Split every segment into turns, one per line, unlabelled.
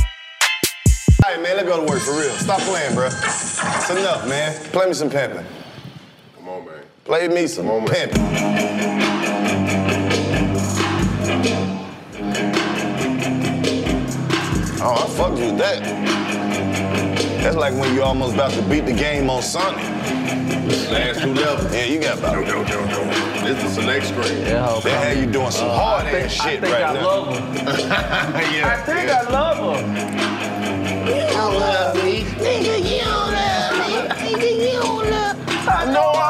All right, man, let me go to work for real. Stop playing, bro. It's enough, man. Play me some pimping.
Come on, man.
Play me some
Come on, man.
pimping. Oh, I fucked you with that. That's like when you almost about to beat the game on Sonic.
Last two levels.
Yeah, you got
Yo,
about.
yo, yo, yo. This is the select screen.
They had you doing some hard
Uh, I think,
ass
I
shit
think
right
I
now.
love her.
yeah.
I think I love her.
I know I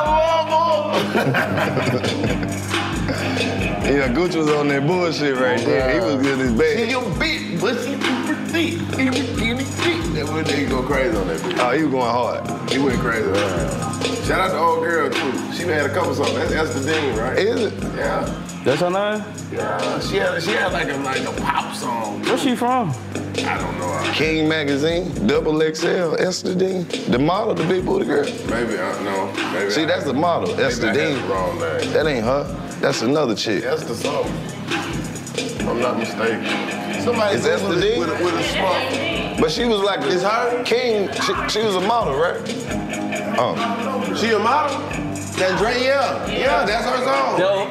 love him. yeah, Gucci was on that bullshit
Oh,
right there. He was good as bad.
Your bitch, pussy, pretty, pretty, pretty. That one nigga go crazy on that bitch.
Oh, he was going hard.
He went crazy. on that. Shout out to old girl too. She had a couple songs. That's Esther Dean, right?
Is it?
Yeah.
That's her name?
Yeah. She had she had like a like a pop song.
Where's she from?
I don't know.
King Magazine, Double XL, Esther Dean. The model, the big booty girl.
Maybe I don't know. Maybe
See,
I-
that's the model,
maybe
Esther
I had
Dean.
the Wrong name.
That ain't her. That's another chick.
That's the song. If I'm not mistaken. Somebody
Is that
Google
the
it
D?
with, a- with a spark.
But she was like, it's her? King, she, she was a model, right? Oh.
She a model? That Dre, yeah. Yeah, that's her song.
Yo,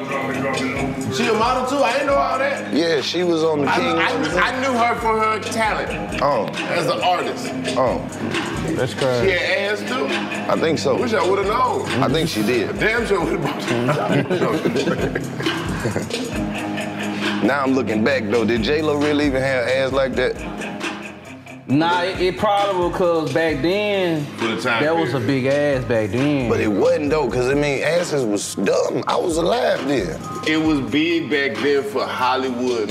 She a model too. I didn't know all that.
Yeah, she was on the
I,
King.
I, I knew her for her talent
oh,
as an artist.
oh.
that's
She
crazy.
had ass too.
I think so.
Wish I would have known.
I think she did.
Damn sure would have.
Now I'm looking back though. Did J Lo really even have ass like that?
Nah, it, it probably because back then,
For the time
that was a big ass back then.
But it wasn't though, cause I mean asses was dumb. I was alive then.
It was big back then for Hollywood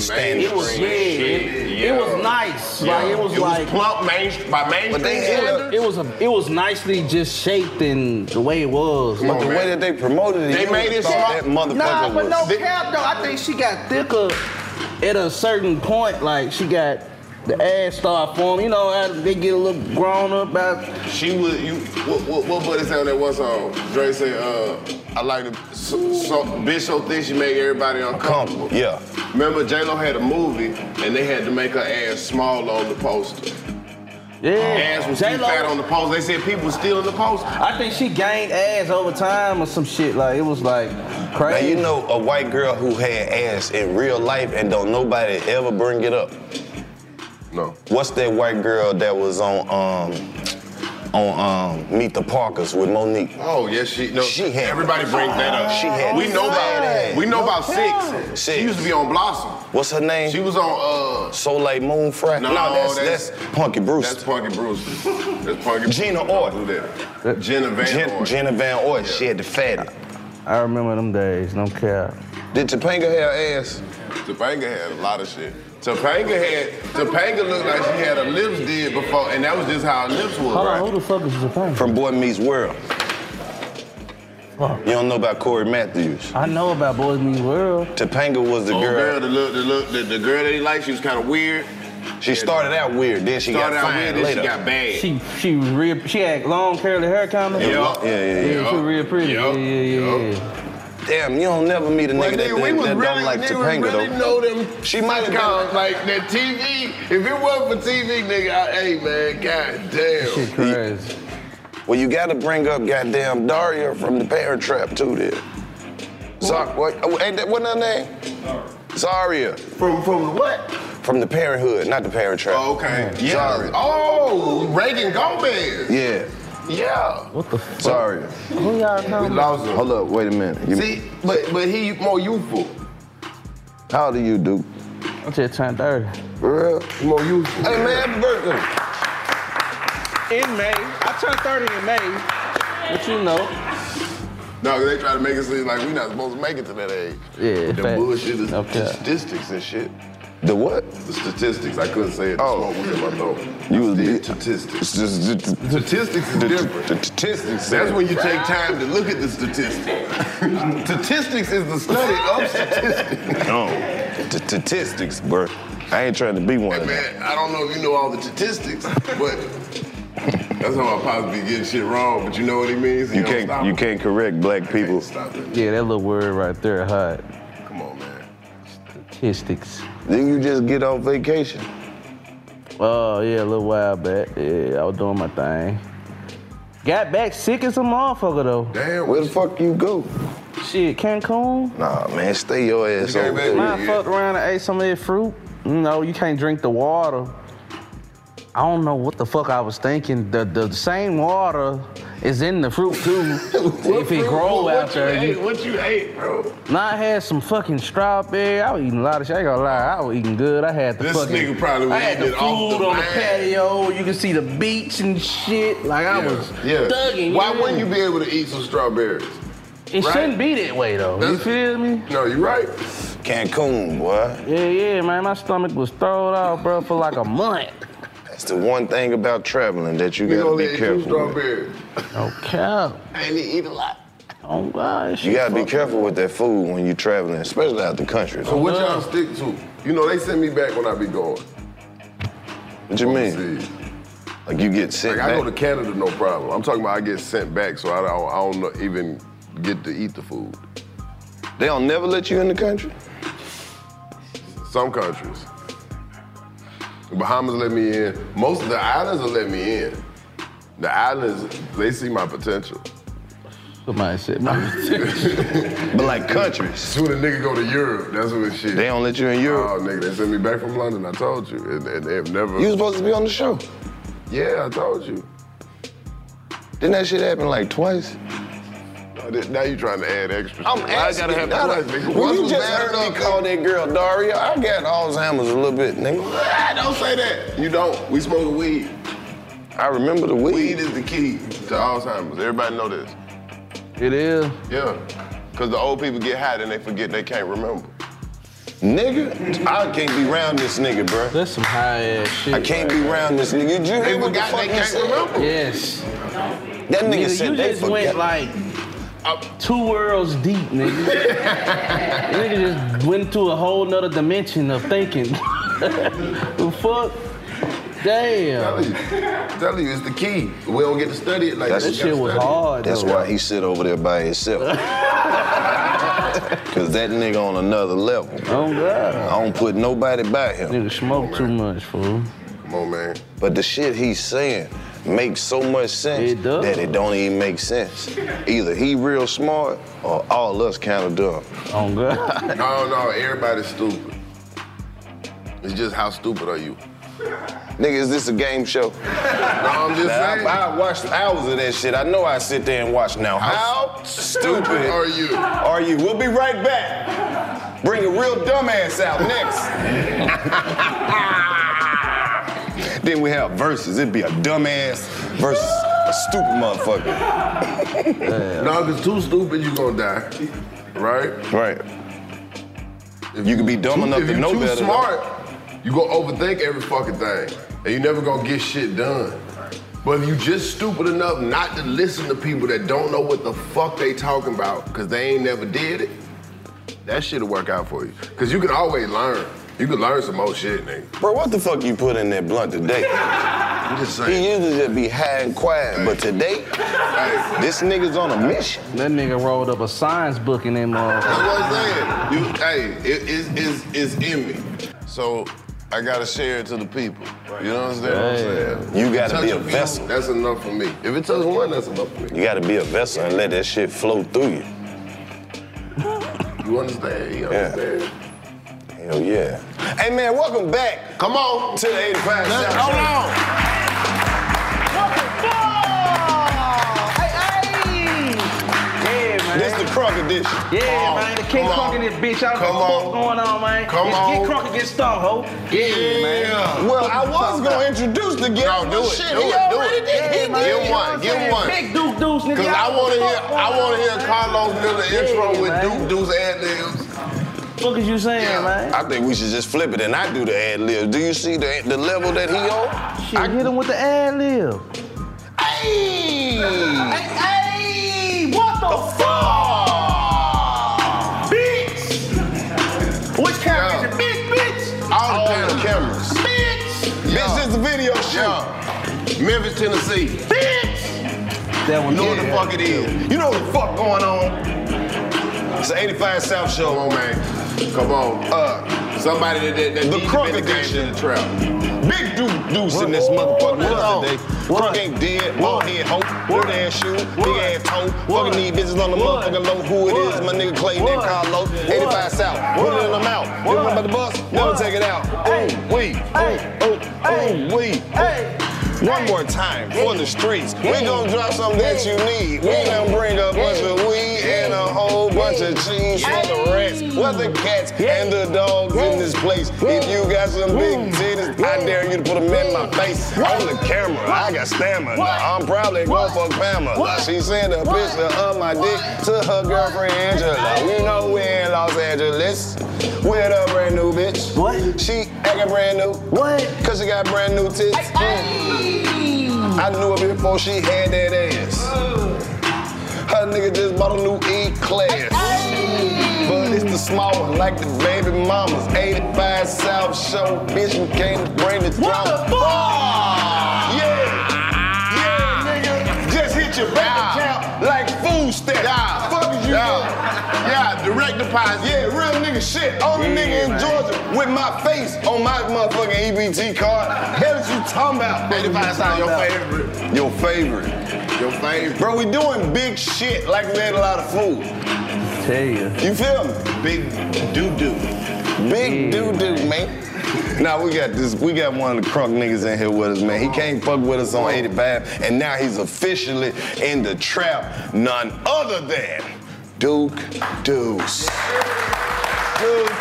mainstream
Standards.
It was yeah,
shit.
it,
yeah.
it was nice.
Yeah.
Like it was like
plump main, by mainstream
But they had a-
standards.
it was a it was nicely just shaped and the way it was.
But the
on,
way
man.
that they promoted it,
They
you
made
would've
it
thought
smart.
that motherfucker
Nah, but
was.
no cap though. I think she got thicker at a certain point. Like she got the ass start forming. You know, as they get a little grown up. As,
She was you. What what, what buddy sound that one song? Dre said, "Uh, I like the so, so, bitch so thick she make everybody uncomfortable."
Yeah.
Remember J Lo had a movie and they had to make her ass small on the poster.
yeah,
Ass was too
J-Lo-
fat on the poster. They said people stealing the poster.
I think she gained ass over time or some shit. Like it was like
Now
crazy.
you know a white girl who had ass in real life and don't nobody ever bring it up.
No.
What's that white girl that was on um on um Meet the Parkers with Monique?
Oh yes, she. No,
She had-
everybody brings that up.
She had
We know
fat
about.
ass.
We know
No
about
kidding.
six.
Six.
She used to be on Blossom.
What's her name?
She was on. uh
so like Moon Fry.
No,
that's,
that's-
that's Punky Brewster.
That's Punky Bruce. That's Punky.
Gina
Bruce.
Orr.
Who that? Gina Van
Gen-
Orr.
Jenna Van Oy. She had the fatty.
I remember them days. Don't care.
Did Topanga have ass?
Topanga had a lot of shit. Topanga had Topanga looked like she had her lips did before, and that was just how her lips was.
Hold
right?
on, who the fuck is Japan?
From Boy Meets World.
Fuck.
You don't know about Corey Matthews.
I know about Boys Meet World.
Topanga was the
Oh,
Old
girl.
girl, the look, the look, the, the girl that he liked, she was kind of weird.
She started out weird, then she
started
got
out
fine
weird, then
later.
she got bad.
She she real, she had long curly hair kind of.
Yup.
Yeah, yeah, yeah.
she was real pretty.
Yup.
Yeah, yeah, yeah,
Yup.
yeah.
Damn, you don't never meet a nigga
Well,
that,
nigga, we
that-
was
that
really,
don't like
nigga,
Topanga
really
though.
know them.
She might have
sitcoms,
been.
like that TV. If it wasn't for TV, nigga, I, hey man, god
Shit
damn.
crazy.
Well, you gotta bring up goddamn Daria from the Parent Trap too. There. Zar, what? oh, Ain't that what her name? Zaria
From from what?
from the Parenthood, not the Parent Trap.
Oh, okay. Yeah.
Sorry.
Oh, Reagan Gomez.
Yeah,
Yeah.
What the fuck?
Zaria.
Who y'all
We
talking about?
lost him.
Hold up, wait a minute. You-
See, but but he more youthful.
how do you do?
I just turned 30.
For real?
He more youthful.
Hey man, happy birthday.
In May. I turned 30 in May. But you know.
No, they try to make it seem like we not supposed to make it to that age.
Yeah,
The
facts.
bullshit is
Okay.
the statistics and shit.
The what?
The statistics. I couldn't say it.
Oh.
Oh, smoke was in my throat.
You was
the
big-
statistics.
Statistics
Statistics is different.
Statistics.
That's when you take time to look at the statistics. statistics is the study of statistics.
Statistics, bro. I ain't trying to be one
Hey,
of them.
man, I don't know if you know all the statistics, but that's how my pops be getting shit wrong. But you know what he means.
You
don't stop
can't you
him.
can't correct black people.
Stop it.
Yeah, that little word right there, hot.
Come on, man.
Statistics.
Then you just get on vacation.
Oh, yeah, a little while back. Yeah, I was doing my thing. Got back sick as a motherfucker, though.
Where
Damn, what
the fuck you go?
Shit, Cancun?
Nah, man, stay your ass
You came
over
back
there.
with-
Man, I
Yeah.
fucked around and ate some of that fruit. You know, you can't drink the water. I don't know what the fuck I was thinking. The the same water is in the fruit too. if it grow
what,
out
you
there.
ate?
you-
What you ate, bro?
Nah, I had some fucking strawberry. I was eating a lot of shit. I ain't gonna lie, I was eating good. I had the
This
fucking.
nigga probably was
I had the
eating
food
off the
on the
vine.
patio. You can see the beach and shit. Like I was thugging.
Why
yeah.
wouldn't you be able to eat some strawberries?
It
right?
shouldn't be that way though. You
That's-
feel me?
No, you right.
Cancun, boy.
Yeah, yeah, man. My stomach was thrown off, bro, for like a month.
That's the one thing about traveling that you
You
gotta
only
be
ate two
careful with.
strawberries.
No cap.
I ain't eat a lot.
Oh God,
You gotta be careful with that food when you're traveling, especially out the country.
So what
Uh-huh.
y'all stick to? You know they send me back when I be going.
What you mean?
Overseas.
Like you get sick.
Like I go to
back?
Canada, no problem. I'm talking about I get sent back, so I don't, I don't even get to eat the food.
They don't never let you in the country.
Some countries. The Bahamas let me in. Most of the islands will let me in. The islands, they see my potential.
Somebody said,
But like countries,
Soon a nigga go to Europe, that's when shit.
they don't let you in Europe.
Oh, nigga, they sent me back from London. I told you, and, and they've never.
You was supposed to be on the show.
yeah, I told you.
Didn't that shit happen like twice?
Now th- Now you trying to add extra. Oh,
I'm
shit.
asking.
I gotta have
not-
twice, nigga.
Well,
Once
you
was
just
bad
heard me
enough,
call
nigga.
that girl Daria. I got Alzheimer's a little bit, nigga.
Ah, don't say that. You don't. We smoking weed.
I remember the weed.
Weed is the key to Alzheimer's. Everybody know this.
It is.
Yeah. Cause the old people get high and they forget they can't remember.
Nigga, I can't be round this nigga, bruh.
That's some high ass shit.
I can't be round this nigga. You
They
hear what the
forgot
fuck
they
you
can't
said?
remember.
Yes.
That nigga,
Nigga,
said
you
they
just
forgot.
went like two worlds deep, nigga. nigga just went to a whole nother dimension of thinking. the fuck? Damn.
Tell you, tell you, it's the key. We don't get to study it like
That
that.
shit
was hard,
That's
though.
why he sit over there by himself. Cause that nigga on another level.
Oh god.
I don't put nobody by him.
Nigga smoke too much, fool.
Come on, man.
But the shit he's saying makes so much sense
It does.
that it don't even make sense. Either he real smart or all us kind of dumb.
Oh god.
No, no, everybody's stupid. It's just how stupid are you?
Nigga, is this a game show?
No, I'm just
Now,
saying.
I, I watched hours of that shit. I know I sit there and watch now.
How stupid are you?
Are you? We'll be right back. Bring a real dumbass out next. then we have verses. It'd be a dumbass versus a stupid motherfucker.
No, if it's too stupid, you gonna die. Right?
Right. You could be dumb enough
if
to
you
know
too
better.
smart, you gonna overthink every fucking thing. And you never gonna get shit done. But if you just stupid enough not to listen to people that don't know what the fuck they talking about, cause they ain't never did it, that shit'll work out for you. Cause you can always learn. You can learn some more shit, nigga.
Bro, what the fuck you put in that blunt today?
I'm just saying.
he usually just be high and quiet, but today, this nigga's on a mission.
That nigga rolled up a science book in that motherfucker.
That's what I'm saying. You, hey, it, it's, it's, it's in me. So I gotta share it to the people. You know what I'm saying?
Right.
I'm saying?
You gotta
Touch
be a
few,
vessel.
That's enough for me. If it touches one, that's enough for me.
You gotta be a vessel and let that shit flow through you.
You understand? You understand?
Hell yeah. Hey man, welcome back. Come on to the 85
Let's-
South.
hold on.
Yeah, man.
This the crunk edition.
Yeah,
Come on,
man, the King
come on,
Crunk in this bitch. I don't
come
know
on,
what's going on, man.
come
it's
on.
King Crunk against Star, ho. Yeah, man.
Well, I was gonna introduce the guest.
No, do
but
it,
Oh, Shit,
do
he
it, do
already
it.
did. He
Yeah, man.
did.
Give one, give one.
Big Duke Deuce, nigga.
Cause I wanna hear, I wanna hear Carlos Miller intro
Yeah,
with
man.
Duke Deuce ad libs.
What is you saying, man?
I think we should just flip it and I do the ad lib. Do you see the, the level that he on?
Shit, hit him with the ad lib.
Hey!
Hey, what the
Fuck!
bitch? Which
camera is it?
Big bitch.
All the
All the
damn
cameras.
Bitch.
Bitch, this is a video show.
Yeah. Memphis, Tennessee.
Bitch. That one.
You know what the
yeah.
fuck it is. You know what the fuck going on. It's the 85 South Show.
Come on, man. Come on. Uh, somebody that, that, that
The
need to
crunk
be in the game
edition.
in the trap.
Big dude deuce in this motherfucker what? today. Crunk ain't dead, bald head hoe, bald ass shoe, big ass toe. Fucking these bitches on the motherfucking low. Who it is? my nigga Clay named Carlo. 85 South. Put it in the mouth. You remember about the bus? Never take it out. Ooh, wee. Ooh, ooh, ooh, wee. One more time for the streets. We gonna drop something that you need. We gonna bring a bunch of weed and a whole bunch of cheese for the rats. What the cats and the dogs in this place. If you got some big titties, I dare you to put them in my face. On the camera, I got stamina. I'm probably going for Pamela. She sent a picture of my dick to her girlfriend Angela. We know we in Los Angeles with a brand new bitch.
What?
She acting brand new.
What?
Cause she got brand new tits. Mm. I knew her before she had that ass. Her nigga just bought a new E-Class. But it's the small one, like the baby mamas. 85 South Show, bitch, you can't bring the drama. Ah! Yeah, yeah, nigga. Just hit your bank
Yeah.
account like food stamps.
Yeah.
Fuck is you doing?
Yeah. yeah, direct deposit.
Yeah, real nigga shit. Only nigga in Georgia with my face on my motherfucking EBT card. Hell is you talking about?
85 South, your favorite.
Your favorite.
Your favorite.
Bro, we doing big shit like we had a lot of food.
Tell you.
You feel me? Big doo doo.
Mm.
Big doo doo, man. Now we got this. We got one of the crunk niggas in here with us, man. He came fuck with us on 85, and now he's officially in the trap. None other than Duke Deuce. Duke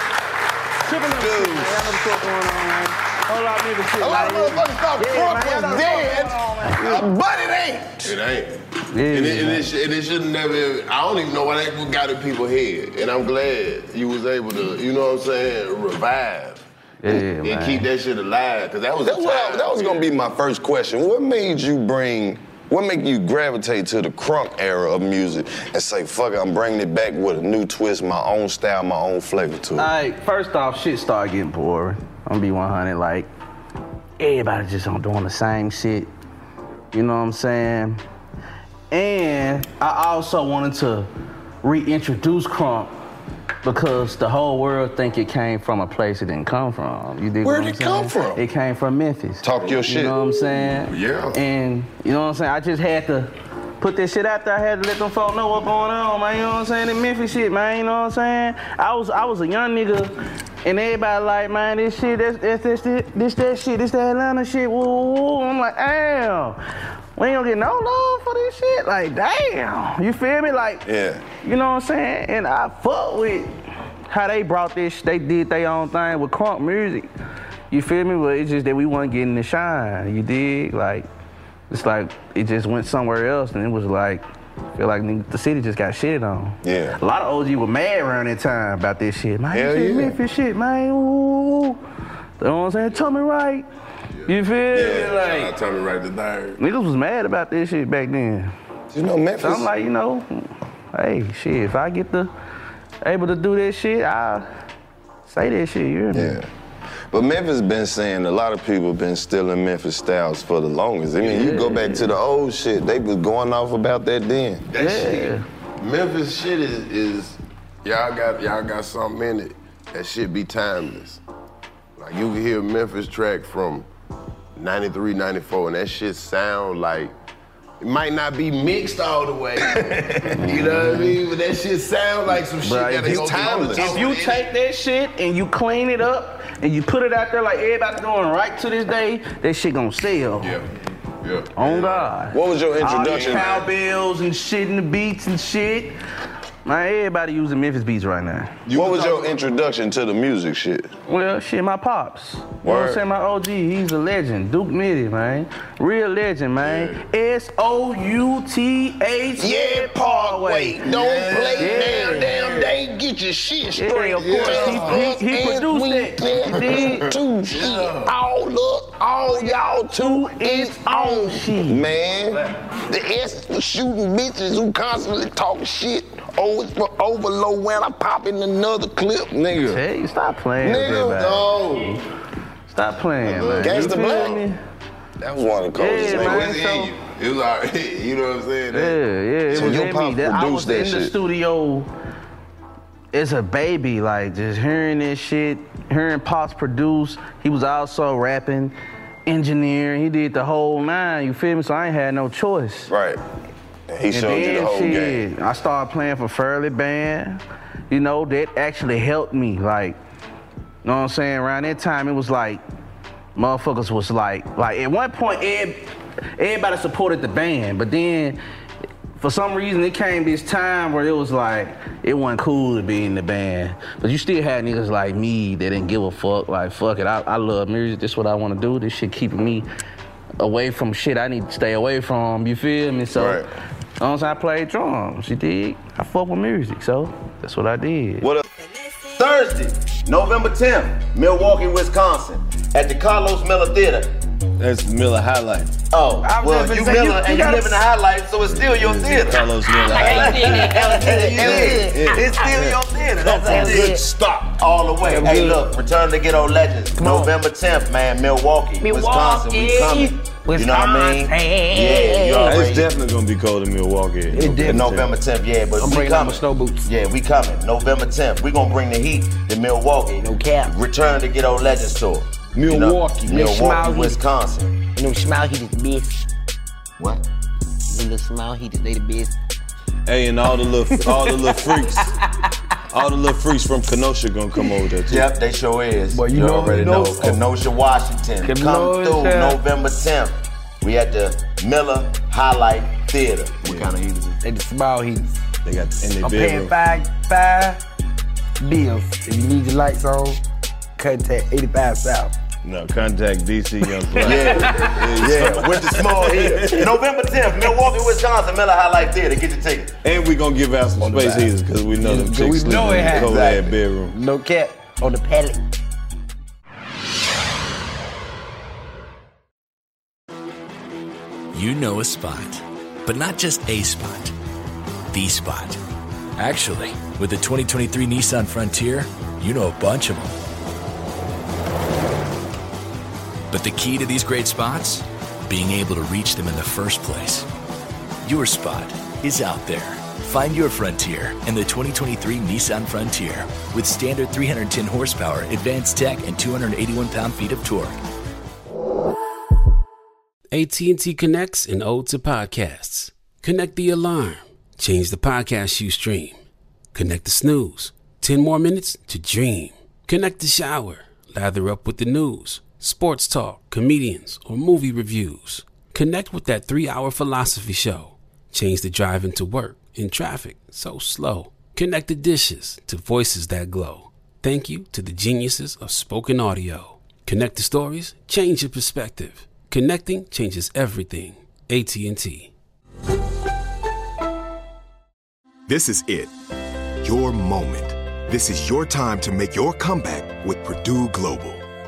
Tripping up
Dude.
shit, man. I know the fuck going on, man. Whole lot of nigga shit.
A lot of
man.
motherfuckers thought
Yeah,
Crunk
man, I know
was
the
dead,
fuck going on,
uh, but it ain't.
It ain't.
Yeah,
and, it, and,
man.
it sh- and it should never. I don't even know why that what got in people's head. And I'm glad you was able to, you know what I'm saying, revive
Yeah,
and
man.
keep that shit alive. Cause that was a
That's what I-
time.
that was gonna be my first question. What made you bring? What make you gravitate to the crunk era of music and say, "Fuck, it, I'm bringing it back with a new twist, my own style, my own flavor to it"?
Like, first off, shit started getting boring. I'm gonna be 100. Like, everybody just on doing the same shit. You know what I'm saying? And I also wanted to reintroduce Crump because the whole world think it came from a place it didn't come from. You dig
Where'd
what I'm
it come
saying?
from?
It came from Memphis.
Talk your
You
shit.
know what I'm saying?
Yeah.
And you know what I'm saying? I just had to put that shit out there. I had to let them folk know what's going on, man. You know what I'm saying? That Memphis shit, man. You know what I'm saying? I was I was a young nigga. And everybody like, man, this shit, that's that's this, this, this that shit, this that Atlanta shit. Woo, woo, woo. I'm like, damn, we ain't gonna get no love for this shit. Like, damn, you feel me? Like,
Yeah.
you know what I'm saying? And I fuck with how they brought this, they did their own thing with crunk music. You feel me? But it's just that we wasn't getting the shine. You dig? Like, it's like it just went somewhere else and it was like, feel like nigga, the city just got shitted on.
Yeah.
A lot of OG were mad around that time about this shit. Man,
Hell
this shit
yeah.
Memphis shit, man. Ooh. You know what I'm saying? Tell me right. You feel me?
I
Like,
tell me right the third.
niggas was mad about this shit back then.
You know Memphis.
So I'm like, you know, hey, shit, if I get the able to do that shit, I'll say that shit, you hear me?
Yeah. But Memphis been saying a lot of people been stealing Memphis styles for the longest. I mean, you go back to the old shit, they was going off about that then.
That shit.
Memphis shit is, is y'all got y'all got something in it that shit be timeless. Like you can hear a Memphis track from 93, 94, and that shit sound like it might not be mixed all the way. you know what I mean? But that shit sound like some shit
Bruh,
that
if you-
is timeless.
If you take that shit and you clean it up and you put it out there like everybody doing right to this day, that shit gonna sell.
Yeah. Yeah.
On God.
What was your
All
introduction?
the cowbells and shit and the beats and shit. Man, everybody using Memphis beats right now.
what was your introduction to the music shit?
Well, shit, my pops. You know what I'm
Word.
saying? My OG, he's a legend. Duke Mitty, man. Real legend, man. S O U T H.
Yeah, Parkway. Don't play
Yeah.
down, down. They get your shit
Yeah,
straight.
of course.
Just
He- he- he
us
produced
and
it.
we
He did.
Two shit. All up, all y'all two is on
shit.
Man, the S for shooting bitches who constantly talk shit. O is for overload when I pop in another clip, nigga.
Hey, stop playing with that,
Nigga,
man.
no.
Stop playing, man. You
Gangsta
feel
Black.
me?
That was one of the coldest
Yeah,
niggas.
man.
It's
so-
in you. It was like, you know what I'm saying?
Yeah, yeah. It
So
was
your
in me.
pops
That- I
produced
was
that
in the
shit.
studio as a baby, like just hearing this shit, hearing Pops produce. He was also rapping, engineering. He did the whole nine. You feel me? So I ain't had no choice.
Right. He
And
showed you the
then,
whole game.
shit, I started playing for Furley Band. You know, that actually helped me. Like, you know what I'm saying? Around that time, it was like, motherfuckers was like, like at one point, ev- everybody supported the band, but then for some reason, it came this time where it was like, it wasn't cool to be in the band. But you still had niggas like me that didn't give a fuck. Like, fuck it, I, I love music. This what I want to do. This shit keeping me away from shit I need to stay away from. You feel me? So,
Right.
once I played drums, you dig? I fuck with music, so that's what I did.
What up?
Thursday, November 10th, Milwaukee, Wisconsin, at the Carlos Miller Theater.
That's Miller Highlight.
Oh,
I was
well,
just
you
gonna say,
Miller
you- you
and you
gotta-
live in the highlight, so it's still your theater.
Carlos Miller Highlight.
It's still your theater. That's a good stop all the way. Hey, look, Return to Ghetto Legends, November 10th, man, Milwaukee, Wisconsin. We coming. You know what I mean? Yeah, you already
It's definitely gonna be cold in Milwaukee. It
Yeah, November 10th, yeah, but we
bringing out
coming.
my snow boots.
Yeah, we coming. November 10th, we gonna bring the heat to Milwaukee. No cap. Return to get old legends tour. You know,
Milwaukee, man,
smile
Milwaukee,
heat.
Wisconsin.
And them smile heaters, bitch.
What?
The little smile heaters, they the best.
Hey, and all the little, all the little freaks, all the little freaks from Kenosha gonna come over there too.
Yep, they sure is. Well,
you know-
already
you
know.
know-
Kenosha, Washington. Come
Kenosha.
through November 10th. We at the Miller Highlight Theater. What kind of heat is it?
They the smile heaters.
They got and they
I'm paying
big.
five five bills. If you need your lights on, contact 85 South.
No, contact DC Young Fly.
Yeah, yeah, with the small heater. November 10th, Milwaukee, Wisconsin, Miller Highlight Theater. Get your ticket.
And we gonna give out some space heaters because we know them chicks sleep in
know it
the
has-
cold ass bedroom.
No cap on the pallet.
You know a spot, but not just a spot, the spot. Actually, with the 2023 Nissan Frontier, you know a bunch of them. But the key to these great spots? Being able to reach them in the first place. Your spot is out there. Find your frontier in the 2023 Nissan Frontier with standard 310 horsepower, advanced tech, and 281 pound feet of torque.
AT&T connects and ode to podcasts. Connect the alarm. Change the podcast you stream. Connect the snooze. 10 more minutes to dream. Connect the shower. Lather up with the news, sports talk, comedians, or movie reviews. Connect with that three hour philosophy show. Change the drive into work in traffic so slow. Connect the dishes to voices that glow. Thank you to the geniuses of spoken audio. Connect the stories, change your perspective. Connecting changes everything. AT&T.
This is it. Your moment. This is your time to make your comeback with Purdue Global.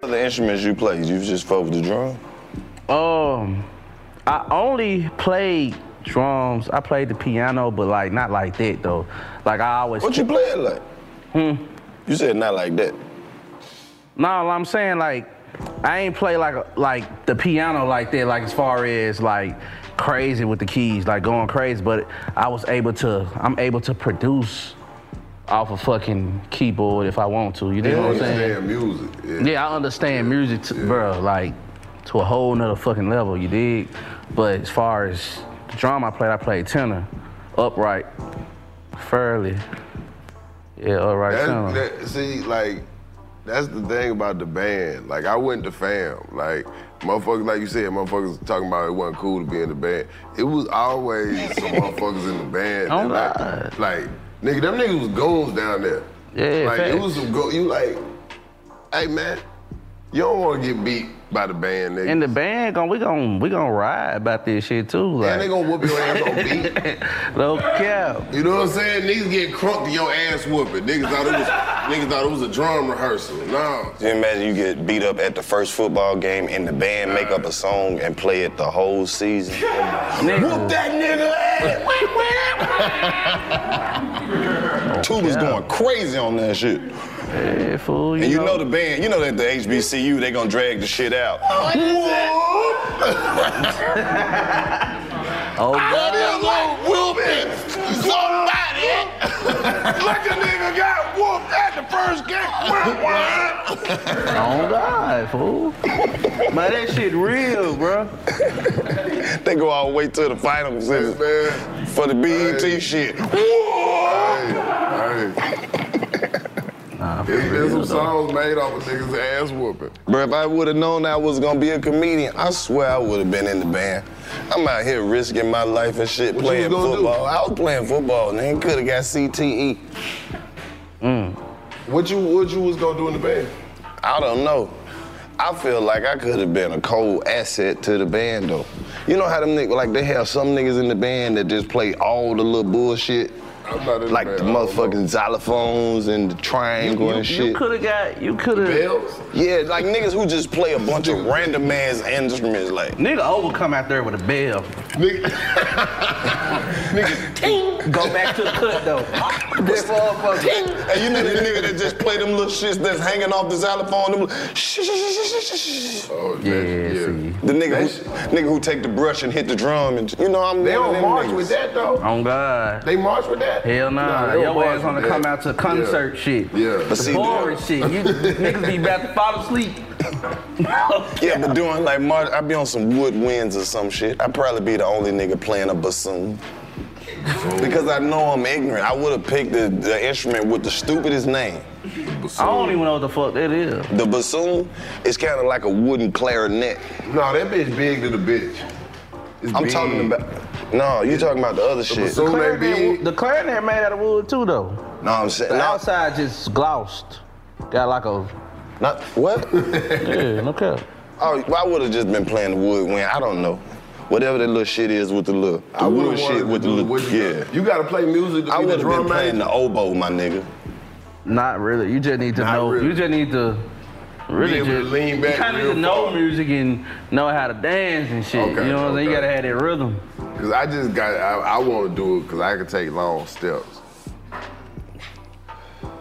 What other instruments you play? You just fuck with the drum?
Um, I only played drums. I played the piano, but like not like that though. Like I always.
What you play it like?
Hmm.
You said not like that.
No, I'm saying like I ain't play like a- like the piano like that. Like as far as like crazy with the keys, like going crazy. But I was able to. I'm able to produce off a fucking keyboard if I want to. You dig what I'm saying?
Understand music.
Yeah, I understand music, to, bro. Like to a whole nother fucking level. You dig? But as far as the drum I played, I played tenor, upright, fairly. Yeah, upright tenor.
That's, that, see, like, that's the thing about the band. Like, I went to fam. Like, motherfuckers, like you said, motherfuckers talking about it wasn't cool to be in the band. It was always some motherfuckers in the band. that, like,
Don't
like, nigga, them niggas was goons down there.
Yeah,
Like, it
facts.
was some go. You like, hey, man, you don't want to get beat by the band, nigga.
In the band, gon' we gon' we gon' ride about this shit too. Like,
And they gonna whoop your ass on beat.
no cap.
You know what I'm saying? Niggas get crunk to your ass whooping. Niggas thought it was niggas thought it was a drum rehearsal. No.
Can you imagine you get beat up at the first football game and the band make up a song and play it the whole season?
Whoop that
Oh,
nigga ass! Tuba's going crazy on that shit.
Yeah, fool.
And you know the band, you know that the HBCU, they gonna drag the shit out.
Oh,
Somebody! Liquor nigga got whooped at the first game.
On Oh, God, fool. Man, that shit real, bro.
they go all the way to the final position for the BET shit.
There's been some songs made off of niggas' ass whooping.
Bro, if I would have known I was gonna be a comedian, I swear I would have been in the band. I'm out here risking my life and shit
What you
playing
was gonna do?
football. I was playing football, E. nigga. Could have got
E.
CTE.
What you what you was gonna do in the band?
I don't know. I feel like I could have been a cold asset to the band though. You know how them niggas like they have some niggas in the band that just play all the little bullshit. like the motherfucking xylophones and the triangle and shit.
have got, you could
Yeah, like niggas who just play a bunch of random ass instruments, like.
Nigga over come out there with a bell.
Nigga.
Go back to the cut though. This motherfucker.
Hey, you know the nigga that just play them little shits that's hanging off the xylophone. Them, oh,
yeah,
The nigga who, nigga who take the brush and hit the drum and you know I'm.
They
one
don't
of them
march
niggas.
with that though.
On Oh, God.
They march with that.
Hell nah,
they don't
your
march
ass gonna
with
come
that.
out to concert shit.
Yeah.
But see, boring shit. You niggas be about to fall asleep.
Yeah, but doing like Marty, I be on some woodwinds or some shit. I probably be the only nigga playing a bassoon. Because I know I'm ignorant. I would have picked the, the instrument with the stupidest name.
I don't even know what the fuck that is.
The bassoon is kind of like a wooden clarinet.
No, that bitch big to the bitch. It's
I'm
big.
talking about. No, you talking about the other shit.
The clarinet, the clarinet made out of wood too though.
No, I'm saying.
The
no,
outside just glossed. Got like a
not what?
yeah, no cap.
Oh, I would have just been playing the woodwind. I don't know. Whatever that little shit is with the little the
I would've wanted
wood shit
to
with the
do
little
what you-
yeah.
You gotta play music to
I
be the
would have been
drum
playing
man.
the oboe, my nigga.
Not really. You just need to
Not
know.
really.
You just need to
Be
really
able to
just
lean back
You kind of
real
need to know
far.
music and know how to dance and shit.
Okay,
you know what I'm saying? You
okay.
gotta have that rhythm.
Cause I just got, I, I want to do it because I can take long steps.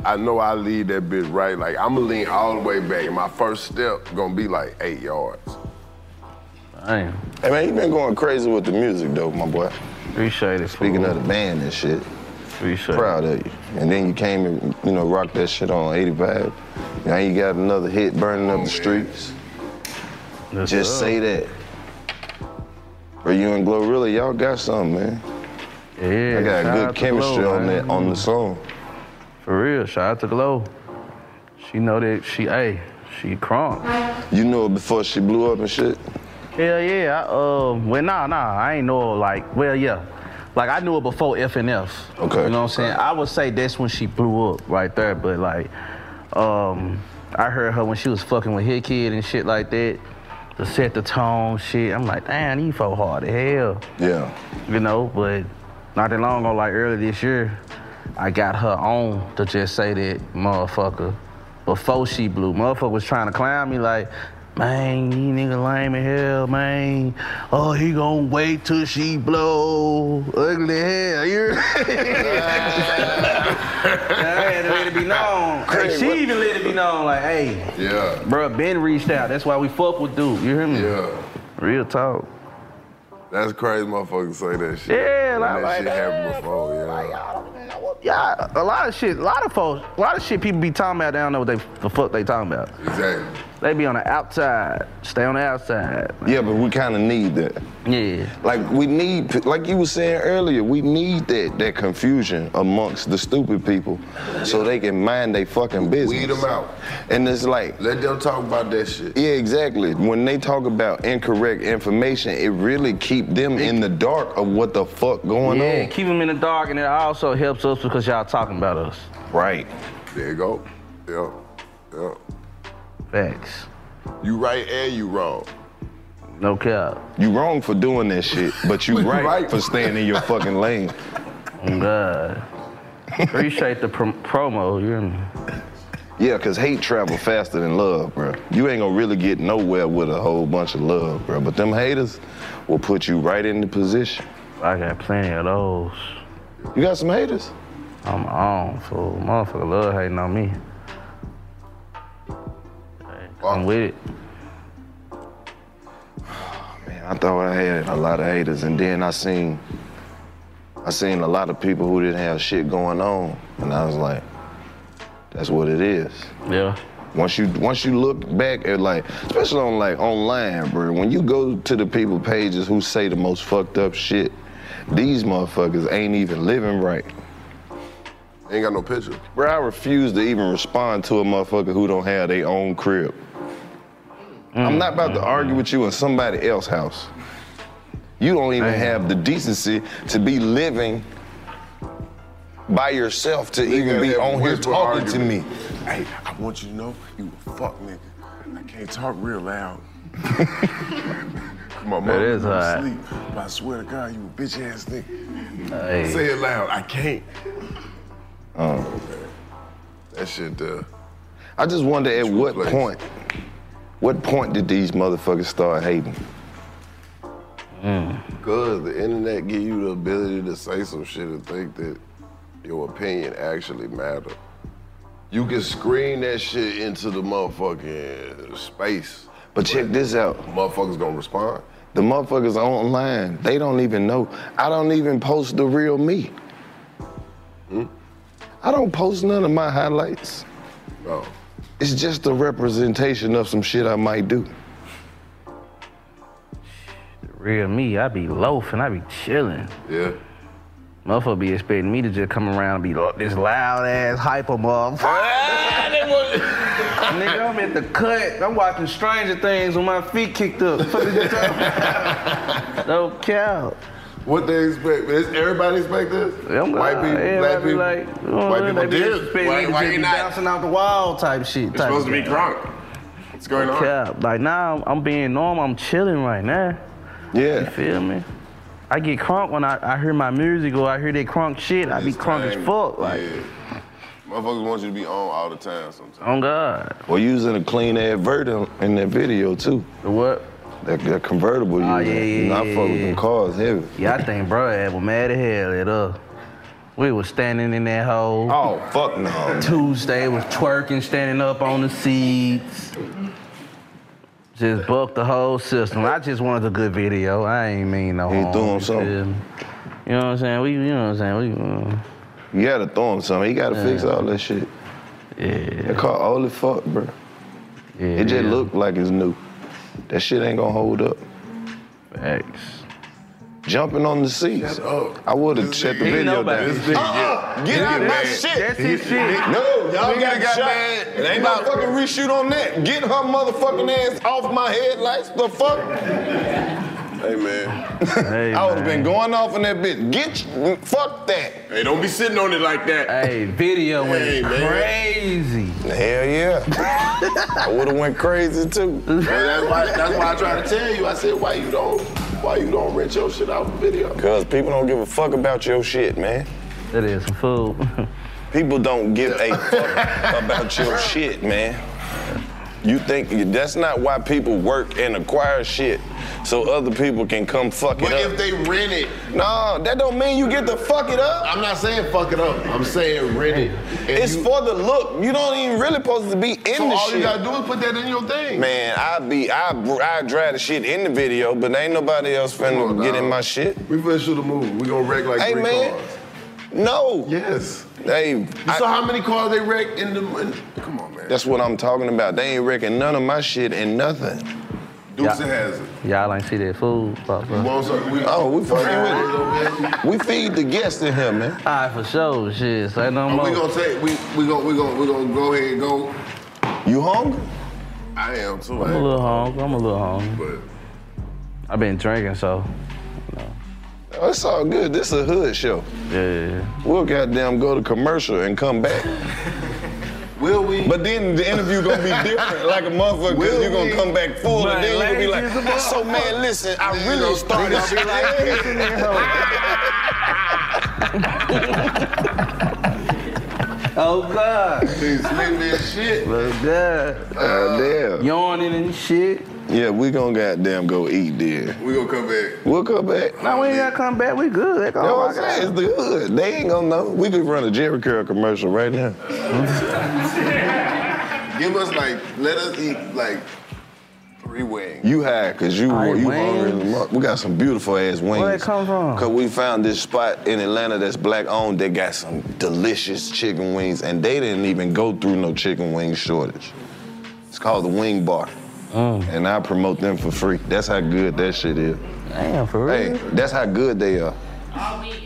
I know I lead that bitch right. Like I'ma lean all the way back. My first step gonna be like eight yards.
Damn.
Hey man, you been going crazy with the music though, my boy.
Appreciate it.
Speaking of the band and shit,
appreciate it.
proud of you. And then you came and you know rocked that shit on '85. Now you got another hit burning up the streets.
Oh, That's
Just
up.
say that. Or you and Glow, really, y'all got something, man.
Yeah.
I
shout
got
out
good
to
chemistry
Glow,
on
man.
that on the song.
For real. Shout out to Glow. She know that she a she crunk.
You knew it before she blew up and shit.
Hell yeah. I, um, well, nah, nah. I ain't know, like, well, yeah. Like, I knew it before FNF.
Okay.
You know what I'm saying? I would say that's when she blew up right there, but, like, um, I heard her when she was fucking with Hit Kid and shit like that to set the tone, shit. I'm like, damn, these folk hard as hell.
Yeah.
You know, but not that long ago, like, early this year, I got her on to just say that motherfucker before she blew. Motherfucker was trying to clown me like, man, you nigga lame as hell, man. Oh, he gonna wait till she blow. Ugly as hell, you I had to let it be known. Hey, she even let it be known, like, hey,
Yeah,
bruh, Ben reached out. That's why we fuck with dude. You hear me?
yeah.
Real talk.
That's crazy, motherfuckers say that shit.
Yeah,
When
like-
that
like,
shit happened before. Yeah.
Yeah, a lot of shit, a lot of folks, a lot of shit people be talking about, they don't know what they, the fuck they talking about.
Exactly.
They be on the outside, stay on the outside.
Yeah, but we kind of need that.
Yeah.
Like we need, like you were saying earlier, we need that that confusion amongst the stupid people, so they can mind they fucking business.
Weed them out.
And it's like,
Let them talk about that shit.
yeah, exactly. When they talk about incorrect information, it really keep them in the dark of what the fuck going
yeah, keep them in the dark, and it also helps us because y'all talking about us.
on. Right.
There you go. Yeah, yeah.
Facts.
You right and you wrong.
No cap.
You wrong for doing that shit, but you
You
right,
right.
for staying in your fucking lane.
Oh, God. Appreciate the prom- promo, you hear me?
Yeah, cause hate travel faster than love, bro. You ain't gonna really get nowhere with a whole bunch of love, bro. But them haters will put you right in the position.
I got plenty of those.
You got some haters?
I'm on, fool. Motherfucker love hating on me. I'm with it.
Man, I thought I had a lot of haters, and then I seen I seen a lot of people who didn't have shit going on, and I was like, that's what it is.
Yeah.
Once you once you look back at like, especially on like online, bro, when you go to the people pages who say the most fucked up shit, these motherfuckers ain't even living right.
Ain't got no picture.
Bro, I refuse to even respond to a motherfucker who don't have their own crib. I'm not about to argue with you in somebody else's house. You don't even have the decency to be living by yourself to even be
Nigga,
on here
where's my
talking to me.
argument? Hey, I want you to know you a fuck nigga. I can't talk real loud. My mom
That is
go to
hot.
sleep, but I swear to God, you a bitch ass nigga.
Hey.
Say it loud. I can't. Oh,
Um,
That shit uh, there.
I just wonder at what point, what point did these motherfuckers start hating?
Cause the internet give you the ability to say some shit and think that your opinion actually matter. You can scream that shit into the motherfucking space.
But check this out.
Motherfuckers gonna respond.
The motherfuckers online, they don't even know. I don't even post the real me.
Hmm?
I don't post none of my highlights.
No.
It's just a representation of some shit I might do.
Real me, I be loafing, I be chilling.
Yeah.
Motherfucker be expecting me to just come around and be lo- this loud ass hyper motherfucker. Nigga, I'm at the cut. I'm watching Stranger Things with my feet kicked up. Fuck is you talking about? no cow.
What they expect? Is everybody expect this?
I'm
white
gonna-
people,
yeah, I
black
be
people,
like, oh,
white
they
people
be
did.
expecting me to just be bouncing out the wall type shit.
You're
type
supposed to be
shit.
drunk. What's going
No
on?
cap. Like now, I'm, I'm being normal. I'm chilling right now.
Yeah.
You feel me? I get crunk when I, I hear my music or I hear that crunk shit. I be crunk as
Dang.
fuck. Like,
Yeah. Motherfuckers want you to be on all the time sometimes.
on God.
Or using a clean advert in in that video too.
what?
That, that convertible you
Oh,
was in.
yeah, yeah,
you know, I
yeah,
fuck with
yeah.
them cars heavy.
Yeah, I think bro had was mad as hell at us. We was standing in that hole.
Oh, fuck no.
Tuesday was twerking, standing up on the seats. Just bucked the whole system. I just wanted a good video. I ain't mean no harm.
He threw him
you
something.
feel me? You know what I'm saying? We, you know what I'm saying? We, uh,
You gotta throw him something. He gotta fix all that shit.
Yeah.
That car old as fuck, bro.
Yeah,
it just
yeah.
looked like it's new. That shit ain't gonna hold up.
Facts.
Jumping on the seats. I would have shut the
Ain't
video
nobody-
down.
This nigga
Uh-uh,
get- this nigga mad. That's his shit.
No,
Nigga
y'all got,
got
shot.
mad.
It ain't no fucking reshoot on that. Get her motherfucking ass off my headlights. The fuck?
Hey man.
I would have been going off in that bitch. Get you, fuck that.
Hey, don't be sitting on it like that.
Hey, video went
Hey, man.
crazy.
Hell yeah. I would have went crazy too.
Well, that's why. That's why I tried to tell you. I said, why you don't, why you don't rent your shit out for video?
Cause people don't give a fuck about your shit, man.
That is some food.
People don't give a fuck about your shit, man. You think that's not why people work and acquire shit so other people can come fuck it
But
up.
if they rent it,
No, that don't mean you get to fuck it up.
I'm not saying fuck it up. I'm saying rent it. And
It's
you-
for the look. You don't even really supposed to be in
so
the
all
shit.
you gotta do is put that in your thing.
Man, I be I I drag the shit in the video, but ain't nobody else finna
Come on,
get
dog.
in my shit.
We finna shoot a movie. We gonna wreck like
Hey,
three
man.
cars.
No.
Yes.
They
You
I-
saw how many cars they wrecked in the. In, come on, man.
that's what I'm talking about. They ain't wrecking none of my shit and nothing.
Deuce
Yeah.
has it.
Y'all ain't see that food. Fuck,
You
fuck.
want something? We,
Oh, we fucking
with it.
with it. We feed the guests in here, man.
All right, for sure. Shit, say no
Oh,
more.
we gonna take. We we gonna we gonna we gonna go ahead and go.
You hungry?
I am too.
I'm a little hungry. I'm a little hungry.
But
I've been drinking, so
Oh, it's all good. This a hood show.
yeah.
We'll goddamn go to commercial and come back.
will we?
But then the interview gonna be different, like a motherfucker. 'cause
Will
you gonna
we?
come back full,
My
and then you gonna be
ladies
like,
is a
"So man, listen, I
Then you
really
gonna-
started."
then you gonna be like,
Oh God.
Dude, slick as shit.
Oh God.
Goddamn.
Yawning and shit.
Oh, Yeah, we gonna goddamn go eat there.
We gonna come back.
We'll come back.
Now we ain't gotta come back. We good. That's
You
Oh,
know
all
what
I
I'm saying?
got.
It's the hood. They ain't gonna know. We could run a Jerry Curl commercial right now.
Mm-hmm.
Give us like, let us eat like
You high because you
All right,
you
wings.
hungry. as a mother- We got some beautiful ass wings.
Where they come from?
Cause we found this spot in Atlanta that's black owned. They got some delicious chicken wings, and they didn't even go through no chicken wing shortage. It's called the Wing Bar,
Mm.
and I promote them for free. That's how good that shit is. Damn, for real. Hey, that's how good they are.
I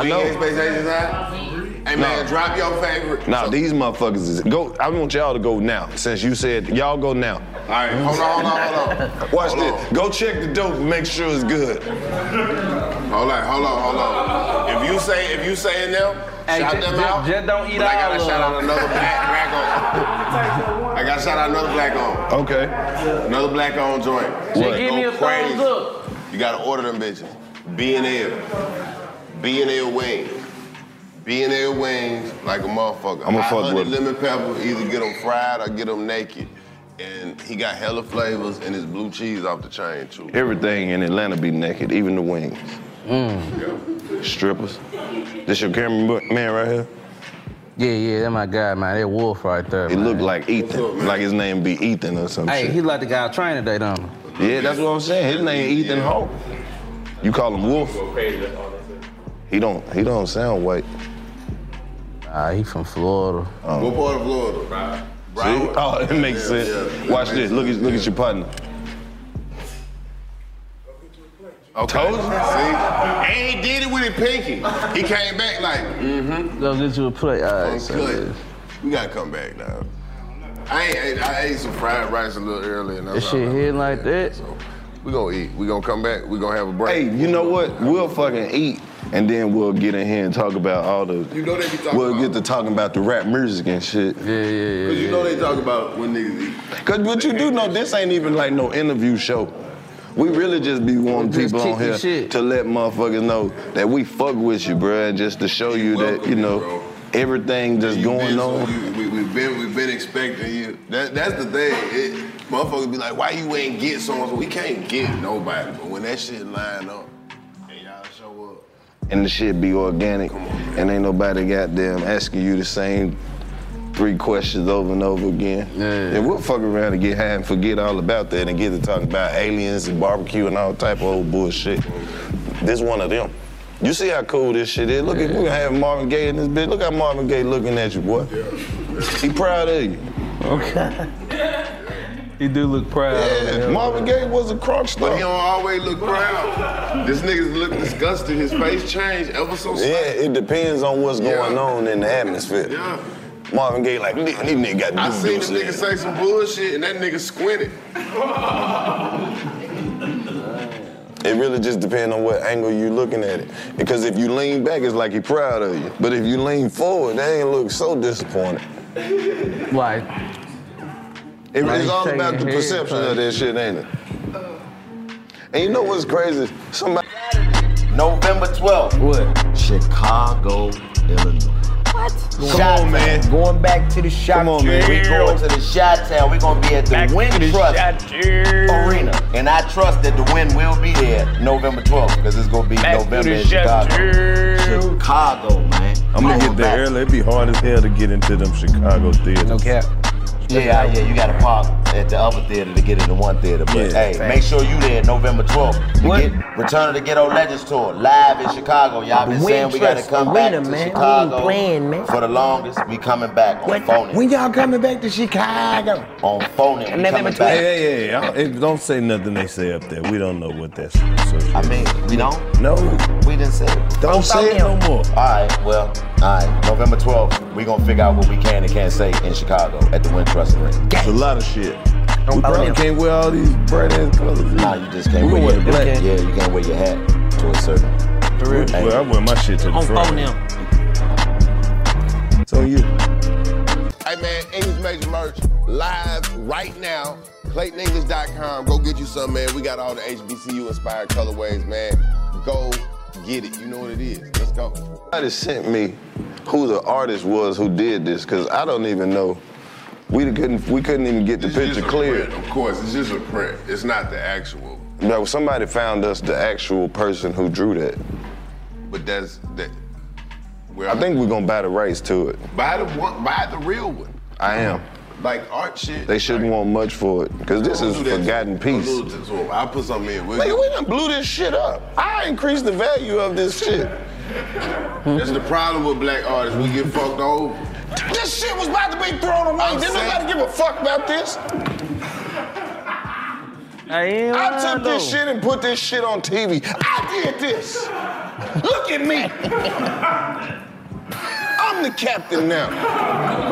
I
know.
know.
expectations high?
Hey
man,
drop your favorite. Nah, these motherfuckers is go. I want y'all to go now. Since you said y'all go now. All right,
hold on, hold on, hold
on. Watch this. Go check the dope and make sure it's good.
Hold on, hold on, hold on. If you say, if you say it now,
Hey,
shout
ju-
them
ju-
out.
just don't eat
But I
all
gotta
of
shout out
them.
another black, black on. I gotta shout out another black on.
Okay.
Another black on joint.
Just
They
give
go
me a
crazy.
thumbs
You gotta order them bitches. B and L. B and L wings. B and L wings like a motherfucker.
I'ma
Hot
fuck
honey
with 'em.
lemon pepper. Either get them fried or get them naked. And he got hella flavors and his blue cheese off the chain too.
Everything in Atlanta be naked, even the wings.
Mm.
Strippers. This your camera man right here?
Yeah, yeah, that my guy, man. That wolf right there.
He look like Ethan. Like his name be Ethan or some
Hey,
shit.
he like the guy I trained today, don't he?
Yeah, that's what I'm saying. His name Ethan Hawke. You call him Wolf? He don't. He don't sound white.
Nah, he from Florida.
Um, Oh.
What part of Florida?
See? Oh, it makes
Yeah,
sense.
yeah, that
Watch
makes
this. Look at
sense,
look
yeah.
at your partner.
Okay. Told you. See? And he did it with his pinky. He came back like, mm-hmm.
Go get you a plate. All right, so-
Good. We gotta come back now. I ain't- I ate, I ate some fried rice a little earlier. And
This shit hitting like that.
we gonna eat. We gonna come back. We gonna have a break.
Hey, you know what? We'll fucking eat, and then we'll get in here and talk about all the.
You know they be talking
We'll
about-
get to talking about the rap music and shit. Yeah, yeah, yeah.
Cause you know they talk about when niggas eat.
Cause what you do know, this ain't even like no interview show. We really just be wanting
Just
people on
kick
here
the shit.
to let motherfuckers know that we fuck with you, bruh, and just to show you that you know everything that's going
been-
on.
you- we, we've been we've been expecting you. That, that's the thing. It, motherfuckers be like, why you ain't get someone? We can't get nobody. But when that shit line up and y'all show up.
and the shit be organic, and ain't nobody goddamn asking you the same three questions over and over again. And we'll fuck around and get high and forget all about that and get to talking about aliens and barbecue and all type of old bullshit. This one of them. You see how cool this shit is? Look, at we gonna have Marvin Gaye in this bitch. Look how Marvin Gaye looking at you, boy. He proud of you. Okay.
He do look proud.
Yeah, Marvin Gaye was a crunk star.
But he don't always look proud. this nigga's look disgusted. His face changed ever so slightly.
Yeah, it depends on what's going on in the atmosphere. Marvin Gaye like, these these niggas got
I seen
doo-doo
this
shit."
nigga say some bullshit and that nigga squinted.
It really just depends on what angle you looking at it. Because if you lean back, it's like he proud of you. But if you lean forward, they ain't look so disappointed.
Like,
It-
Like
it's all
shaking
about the
head,
perception
like-
of that shit, ain't it? And you know what's crazy? Somebody.
November 12th.
What?
Chicago, Illinois.
What?
Come on, man.
Going back to the shop. Come on,
We going to the Shot Town. We're gonna be at the Win Trust Arena, and I trust that the Win will be there November 12th because it's gonna be November in Chicago. Chicago, man.
I'm gonna get there early. It'd be hard as hell to get into them Chicago theaters. No
cap.
Yeah, yeah, you gotta park at the other theater to get into one theater. But
Yeah.
hey, make sure you there November 12th. To get Return of the Ghetto Legends Tour live in Chicago. Y'all been
The
saying we gotta
Wintrust
come
Arena,
back
man.
to
We ain't
Chicago
playing, man.
for the longest. We coming back on phone.
When y'all coming back to Chicago?
On phone. We coming
Hey,
back.
hey, hey, I- hey, don't say nothing they say up there. We don't know what that's. So I
mean, we don't?
No.
We didn't say it.
Don't say it no more. All
right, well, all right. November 12th, we gonna figure out what we can and can't say in Chicago at the Wintrust Arena.
It's a lot of shit.
Don't
we
follow
probably
them.
can't wear all these bright ass colors.
Nah, you just can't
we
wear
gonna
your
wear black.
Yeah, you can't wear your hat to a certain.
For real? Well, I wear my shit to the
On
front.
phone
It's on you.
Hey man, English Major merch live right now. ClaytonEnglish.com. Go get you some, man. We got all the HBCU inspired colorways, man. Go get it. You know what it is. Let's go.
Somebody sent me who the artist was who did this, because I don't even know. We couldn't, we couldn't even get the picture
just a
clear.
print, of course, it's just a print. It's not the actual.
No, somebody found us the actual person who drew that.
But that's that.
I think we're gonna buy the rights to it.
Buy the one. Buy the real one.
I am.
like art shit.
They shouldn't want much for it because this is forgotten
Don't
peace.
do that to 'em. I put something in. We'll
Nigga,
get-
we done blew this shit up. I increased the value of this shit.
That's the problem with black artists. We get fucked over.
This shit was about to be thrown away.
I'm
Didn't
saying-
nobody give a fuck about this. I took this shit and put this shit on TV. I did this. Look at me. I'm the captain now.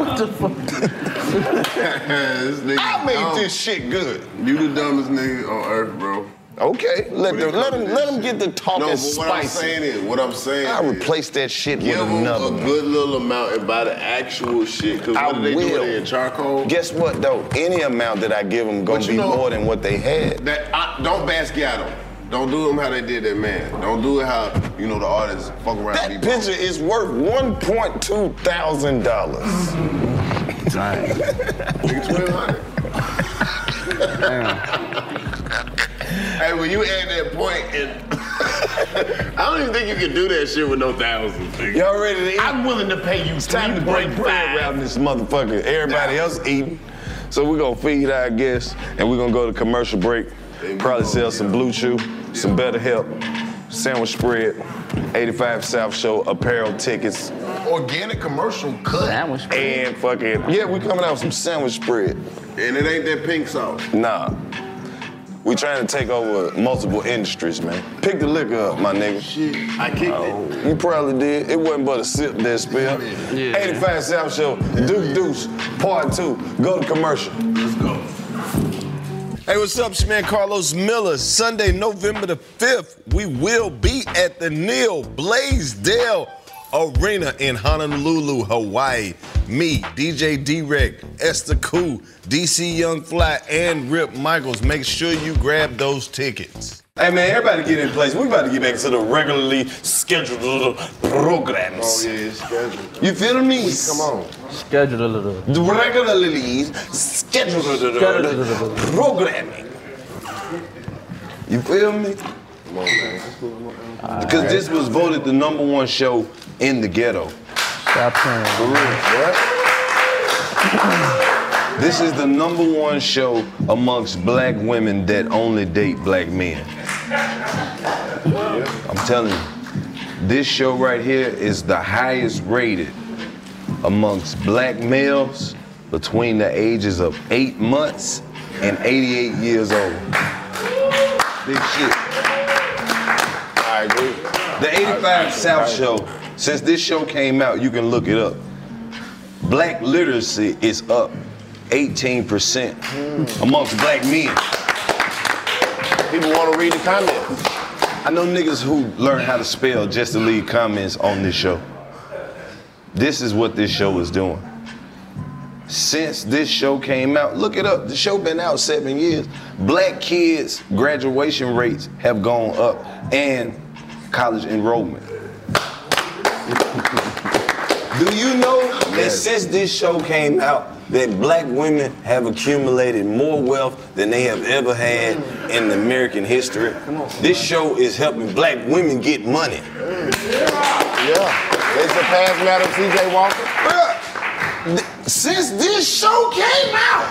What the
This nigga
I made
dumb.
this shit good.
You the dumbest nigga on earth, bro.
Okay, let
When it
them
comes
let
to
them
this
let them
shit.
get the talk
No,
as
but
spicy.
what I'm saying is, what I'm saying,
I replaced that shit
give
with
them
another.
a
one.
good little amount and buy the actual shit. Cause
I
what do they do
will.
with it in charcoal?
Guess what though? Any amount that I give them gonna
But you
be
know-
more than what they had.
That I, don't Basquiat him. Don't do him how they did that man. Don't do it how you know the artists fuck around.
That picture is worth one point two thousand dollars.
Hey, when you add that point, and I don't even think you can do that shit with no thousands.
Y'all ready to eat?
I'm willing to pay you
It's time to break bread around this motherfucker. Everybody else eating. So we're gonna feed our guests and we're gonna go to commercial break. Probably sell some blue chew, some better help, sandwich spread, 85 South Show apparel tickets.
Organic commercial cut. Sandwich
And fucking, yeah, we coming out with some sandwich spread.
And it ain't that pink sauce.
Nah. We trying to take over multiple industries, man. Pick the liquor up, my nigga. Shit, I kicked
Oh.
it. You probably did. It wasn't but a sip that spill. 85 South Show, Duke Deuce, Part 2. Go to commercial. Let's go.
Hey, what's up? It's your man Carlos Miller. Sunday, November the 5th, we will be at the Neil Blaisdell Arena in Honolulu, Hawaii. Me, DJ D-Reg, Esther Koo, DC Young Fly, and Rip Michaels. Make sure you grab those tickets.
Hey man, everybody get in place. We about to get back to the regularly scheduled programs.
Oh yeah, it's scheduled.
You feel me?
Come on.
Scheduled a little. The regularly scheduled programming. You feel me?
Come on, man.
Because this was voted the number one show in the ghetto. Stop playing. For real, what? This is the number one show amongst black women that only date black men. I'm telling you, this show right here is the highest rated amongst black males between the ages of eight months and 88 years old. Big shit. I agree. The 85 South Show, since this show came out, you can look it up. Black literacy is up 18% amongst black men. People want to read the comments. I know niggas who learn how to spell just to leave comments on this show. This is what this show is doing. Since this show came out, look it up. The show been out seven years. Black kids' graduation rates have gone up, and college enrollment. Do you know that since this show came out, that black women have accumulated more wealth than they have ever had in American history? This show is helping black women get money.
Yeah. They surpassed Madam T.J. Walker.
Since this show came out,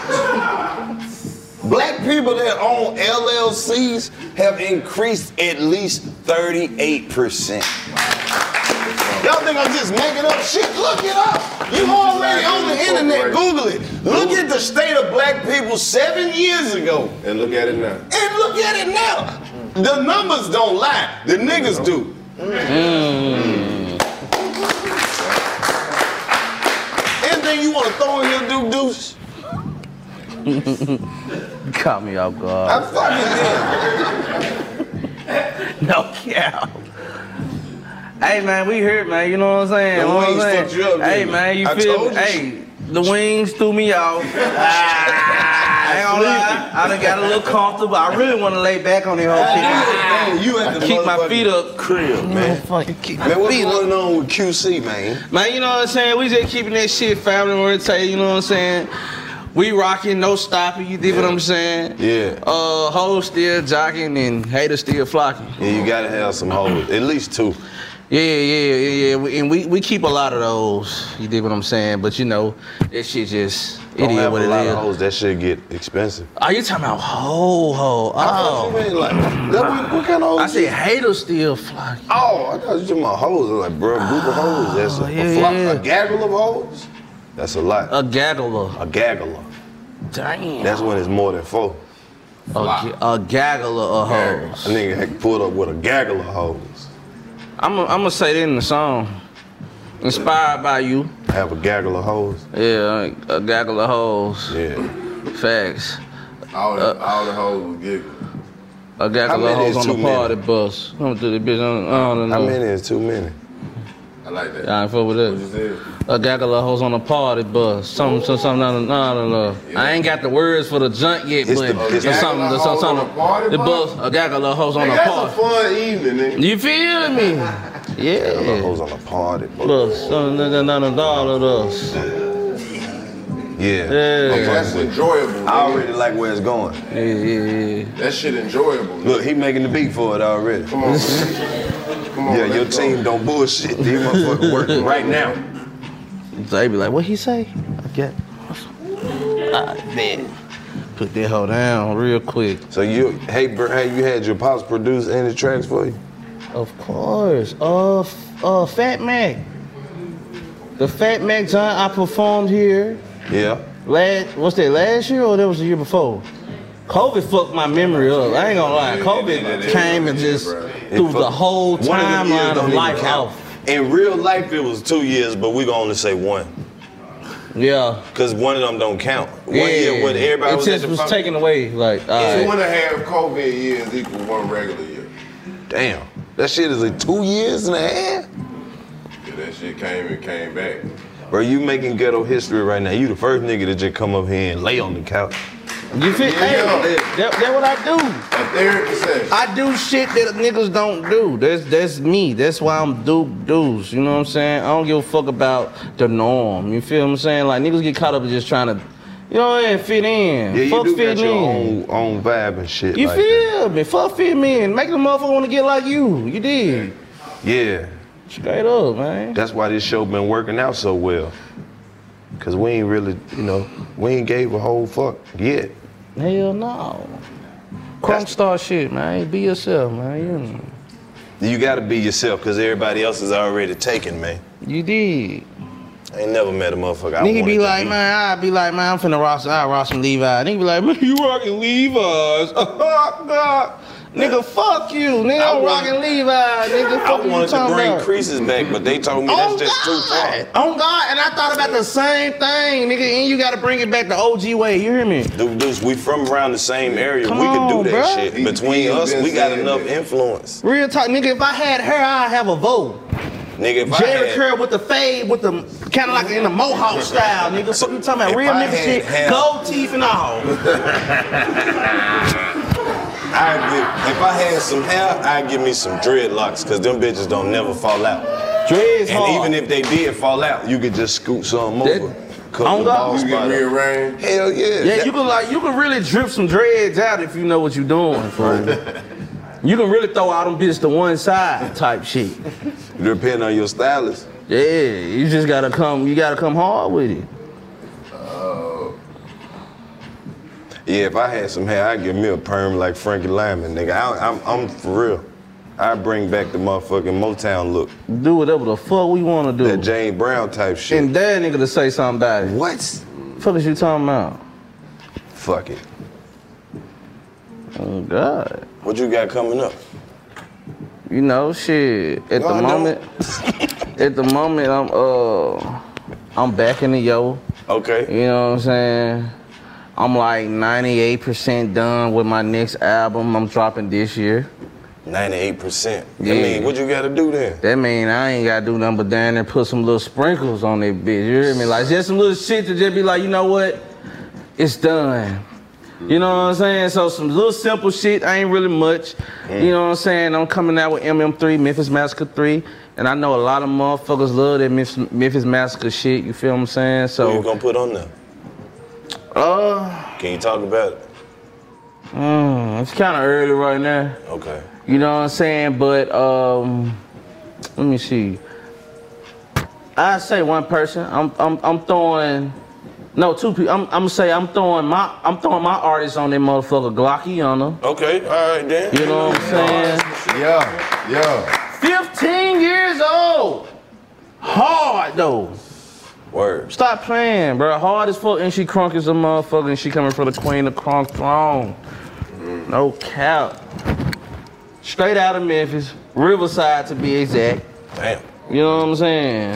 black people that own LLCs have increased at least 38%. Y'all think I'm just making up shit? Look it up. You already on the internet. Google it. Look at the state of black people seven years ago.
And look at it now.
And look at it now. The numbers don't lie. The niggas do. Anything you want to throw in here, Duke Deuce?
Mm. Caught me off guard. No cap. Hey man, we here, man. You know what I'm saying?
The
You know what I'm
wings
saying?
fucked you up, didn't
Hey
it?
man, you
I
feel
told
me?
you.
Hey, the wings threw me off.
Ah,
I ain't gonna lie. I done got a little comfortable. I really want to lay back on the whole shit.
You at the
keep my
motherfucking
feet up.
Crib, man.
Keep my
Man, what's
feet up.
going on with QC, man?
Man, you know what I'm saying? We just keeping that shit family oriented, you know what I'm saying? We rocking, no stopping, you dig what I'm saying?
Yeah.
Uh, hoes still jocking and haters still flocking.
Yeah, you gotta have some hoes, at least two.
Yeah, yeah, yeah, yeah. We- And we, we keep a lot of those, you dig what I'm saying? But you know, that shit just,
Don't
It is
have
what
a
it
lot of
is.
hoes. That shit get expensive.
Are you talking about ho ho? Oh,
what, kind of
I said haters still fly.
Oh, I thought you talking about hoes. I was like, bro, a group of hoes. That's a,
yeah,
a, flock,
yeah.
a gaggle of hoes. That's a lot.
A gaggler.
A gaggler.
Damn.
That's when it's more than four.
A, a gaggler of hoes.
A nigga had pulled up with a gaggle of hoes.
I'm gonna say that in the song. Inspired by you.
Have a gaggle of hoes.
Yeah, a gaggle of hoes.
Yeah.
Facts.
All
Uh,
the, all the hoes was giggling.
A gaggle
many
of
is
hoes on
too
the
many?
party bus. I'm through the bitch. I don't, I don't know.
How many is too many?
I like that.
I ain't fuck with that. A gaggle of hoes on a party bus. Something, something, something, I don't, I don't know. I ain't got the words for the junk yet,
It's
but
the-
there's
it's the-
something, there's
Gaggle of hoes on
something.
a party
the
bus?
bus, a gaggle of hoes on
Nigga,
a
that's
party.
a fun evening, nigga.
You feel me? Yeah.
Hoes on a party bus.
Look, something, nigga, not a dollar thus.
Yeah.
Yeah.
That's enjoyable.
I already like where it's going.
Yeah, yeah,
That shit enjoyable.
Look, he making the beat for it already. Come
on.
yeah, your team don't bullshit. These motherfuckers working right now.
They be like, what he say? I get. I bet. Put that hoe down real quick.
So you, hey, bro, hey, you had your pops produce any tracks for you?
Of course. Uh, f- uh, Fat Mac. The Fat Mac time I performed here.
Yeah.
Last, what's that? Last year or that was the year before? COVID fucked my memory up. I ain't gonna lie. COVID came and just threw the whole
One of them years
timeline
don't
of
even
life
count.
off.
In real life, it was two years, but we gonna only say one.
Yeah.
Cause one of them don't count. One
yeah.
year when everybody
it
was at
just
the
was
fuck-
taken away. Like,
Two and
alright.
a half COVID years equal one regular year.
Damn. That shit is like two years and a half?
Yeah, that shit came and came back.
Bro, you making ghetto history right now. You the first nigga to just come up here and lay on the couch.
You feel? Hey, that, that what I do.
A therapy session.
I do shit that niggas don't do. That's that's me. That's why I'm Duke Deuce. You know what I'm saying? I don't give a fuck about the norm. You feel what I'm saying? Like niggas get caught up in just trying to, you know, what I mean, fit in.
Yeah, you
fuck
do
fit
got your
in.
own, own vibe and shit.
You
like that.
feel me? Fuck fit me and make the motherfucker want to get like you. You did.
Yeah.
Straight up, man.
That's why this show been working out so well. Cause we ain't really, you know, we ain't gave a whole fuck yet.
Hell no. Crunk star shit, man. Be yourself, man. You know.
You gotta be yourself, cause everybody else is already taken, man.
You did.
I ain't never met a motherfucker. I
Nigga
wanted
be
to
like, man, I be like, man, I'm finna rock, I rock some Levi. Nigga be like, man, you rocking Levi's. Oh, nigga, fuck you. Nigga,
I
I'm
want-
rocking Levi. Nigga, fuck
I
you
wanted to
talking
bring
about?
creases back, but they told me that's
Oh,
just too far.
On God, and I thought about the same thing, nigga. And you gotta bring it back the OG way. You hear me?
Dude, dudes, we from around the same area.
Come
we
on,
can do that
bruh.
shit.
He-
Between
he
us,
been
we got
saying
enough
that.
influence.
Real talk, nigga. If I had her, I'd have a vote.
Nigga, if I
Jerry
had,
Curl with the fade, with the kind of like in the mohawk style, nigga. So you talking about
If
real
I
nigga
had
shit,
hell-
gold teeth and all.
I get, if I had some hair, I'd give me some dreadlocks, cause them bitches don't never fall out.
Dreads
And
hard.
even if they did fall out, you could just scoot some over. Cut
on
the
God.
bald
You get
spot up.
rearranged.
Hell yeah.
Yeah,
That-
you can like you can really drip some dreads out if you know what you're doing. fool. you can really throw all them bitches to one side type shit.
Depending on your stylist.
Yeah, you just gotta come. You gotta come hard with it.
Yeah, if I had some hair, I'd give me a perm like Frankie Lyman, nigga. I, I'm, I'm for real. I bring back the motherfucking Motown look.
Do whatever the fuck we wanna do.
That Jane Brown type shit.
And that nigga to say something about it.
What?
Fuck is you talking about?
Fuck it.
Oh God.
What you got coming up?
You know, shit. At
No,
the
I don't.
moment, at the moment, I'm uh, I'm back in the yo.
Okay.
You know what I'm saying? I'm like 98% done with my next album. I'm dropping this year.
98%.
Yeah.
I mean, what you gotta do then?
That mean I ain't gotta do nothing but down there put some little sprinkles on that bitch. You hear me? Like just some little shit to just be like, you know what? It's done. You know what I'm saying? So some little simple shit, ain't really much. You know what I'm saying? I'm coming out with MM3, Memphis Massacre 3, and I know a lot of motherfuckers love that Memphis, Memphis Massacre shit. You feel what I'm saying?
What you
So,
gonna put on there?
uh,
Can you talk about it?
mm, it's kind of early right now.
Okay.
You know what I'm saying? But um, let me see. I say one person. I'm I'm I'm throwing No, two people. I'm, I'm gonna say I'm throwing my I'm throwing my artist on that motherfucker Glocky on them.
Okay, all right then.
You know what I'm saying?
Yeah, yeah.
15 years old. Hard though.
Word.
Stop playing, bro. Hard as fuck, and she crunk as a motherfucker, and she coming for the queen of crunk throne. No cap. Straight out of Memphis, Riverside to be exact.
Damn.
You know what I'm saying?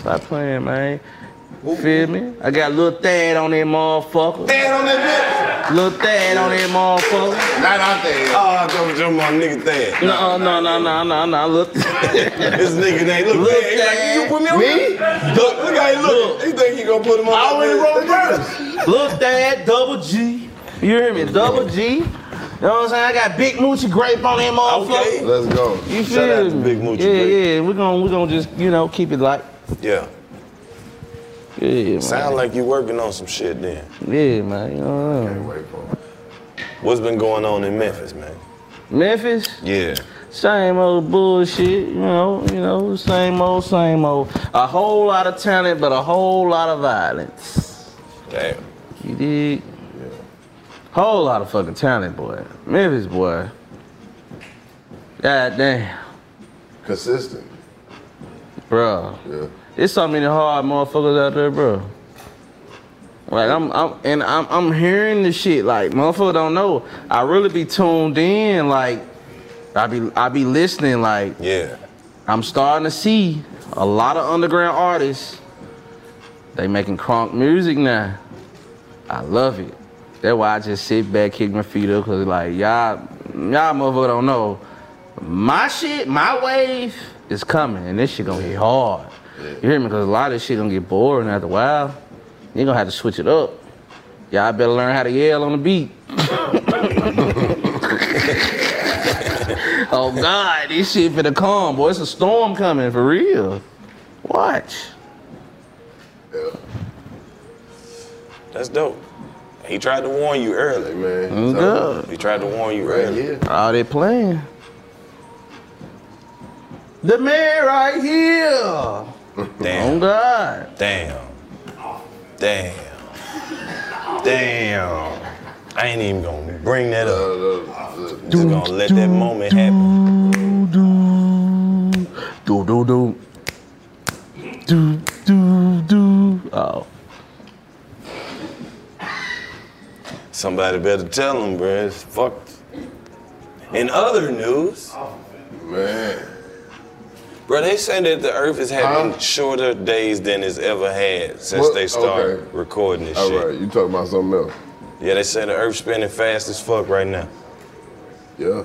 Stop playing, man. Feel me? I got little Thad on that motherfucker.
Thad on that
bitch. Little Thad on that motherfucker.
Not out there.
Oh, I thought you my nigga Thad.
No, no, no, no, no, no. Look,
this nigga ain't look,
Look,
bad. He like, you put me on
Me?
that? Look, look how he look. He think he gonna put him on
I
that
went
list.
wrong verse. Look that double G. You hear me? Double G. You know what I'm saying? I got big moochie grape on that motherfucker.
Let's go.
You feel
Shout out
me?
to Big Moochie
Yeah,
Grape.
yeah. We're gonna we're gonna just you know keep it light.
Yeah.
Yeah, man.
Sound like you working on some shit then.
Yeah, man. You know what I'm saying?
What's been going on in Memphis, man?
Memphis.
Yeah.
Same old bullshit, you know, you know, same old, same old. A whole lot of talent, but a whole lot of violence.
Damn.
You dig? Whole lot of fucking talent, boy. Memphis, boy. God damn,
Consistent.
bro.
Yeah.
There's so many hard motherfuckers out there, bro. Like I'm, I'm, and I'm, I'm hearing this shit. Like motherfucker don't know. I really be tuned in. Like I be, I be listening. Like
Yeah.
I'm starting to see a lot of underground artists. They making crunk music now. I love it. That's why I just sit back, kick my feet up, cause like y'all, y'all motherfucker don't know. My shit, my wave is coming, and this shit gonna get hard. You hear me? Cause a lot of this shit gonna get boring after a while. You gonna have to switch it up. Y'all better learn how to yell on the beat. oh God, this shit finna come, boy. It's a storm coming for real. Watch.
That's dope. He tried to warn you early, man.
Mm,
So,
good.
He tried to warn you
Right
early.
here.
All they playing. The man right here. Oh
Damn.
God.
Damn. Damn. Damn. I ain't even gonna bring that up. Just gonna let that moment happen.
Do do do. Do do do. Oh.
Somebody better tell him, bruh. It's fucked. In other news,
Man.
bruh, they say that the earth is having
Huh?
shorter days than it's ever had since
What?
they started
Okay.
recording this
All
shit.
right, you talking about something else.
Yeah, they say the earth spinning fast as fuck right now.
Yeah.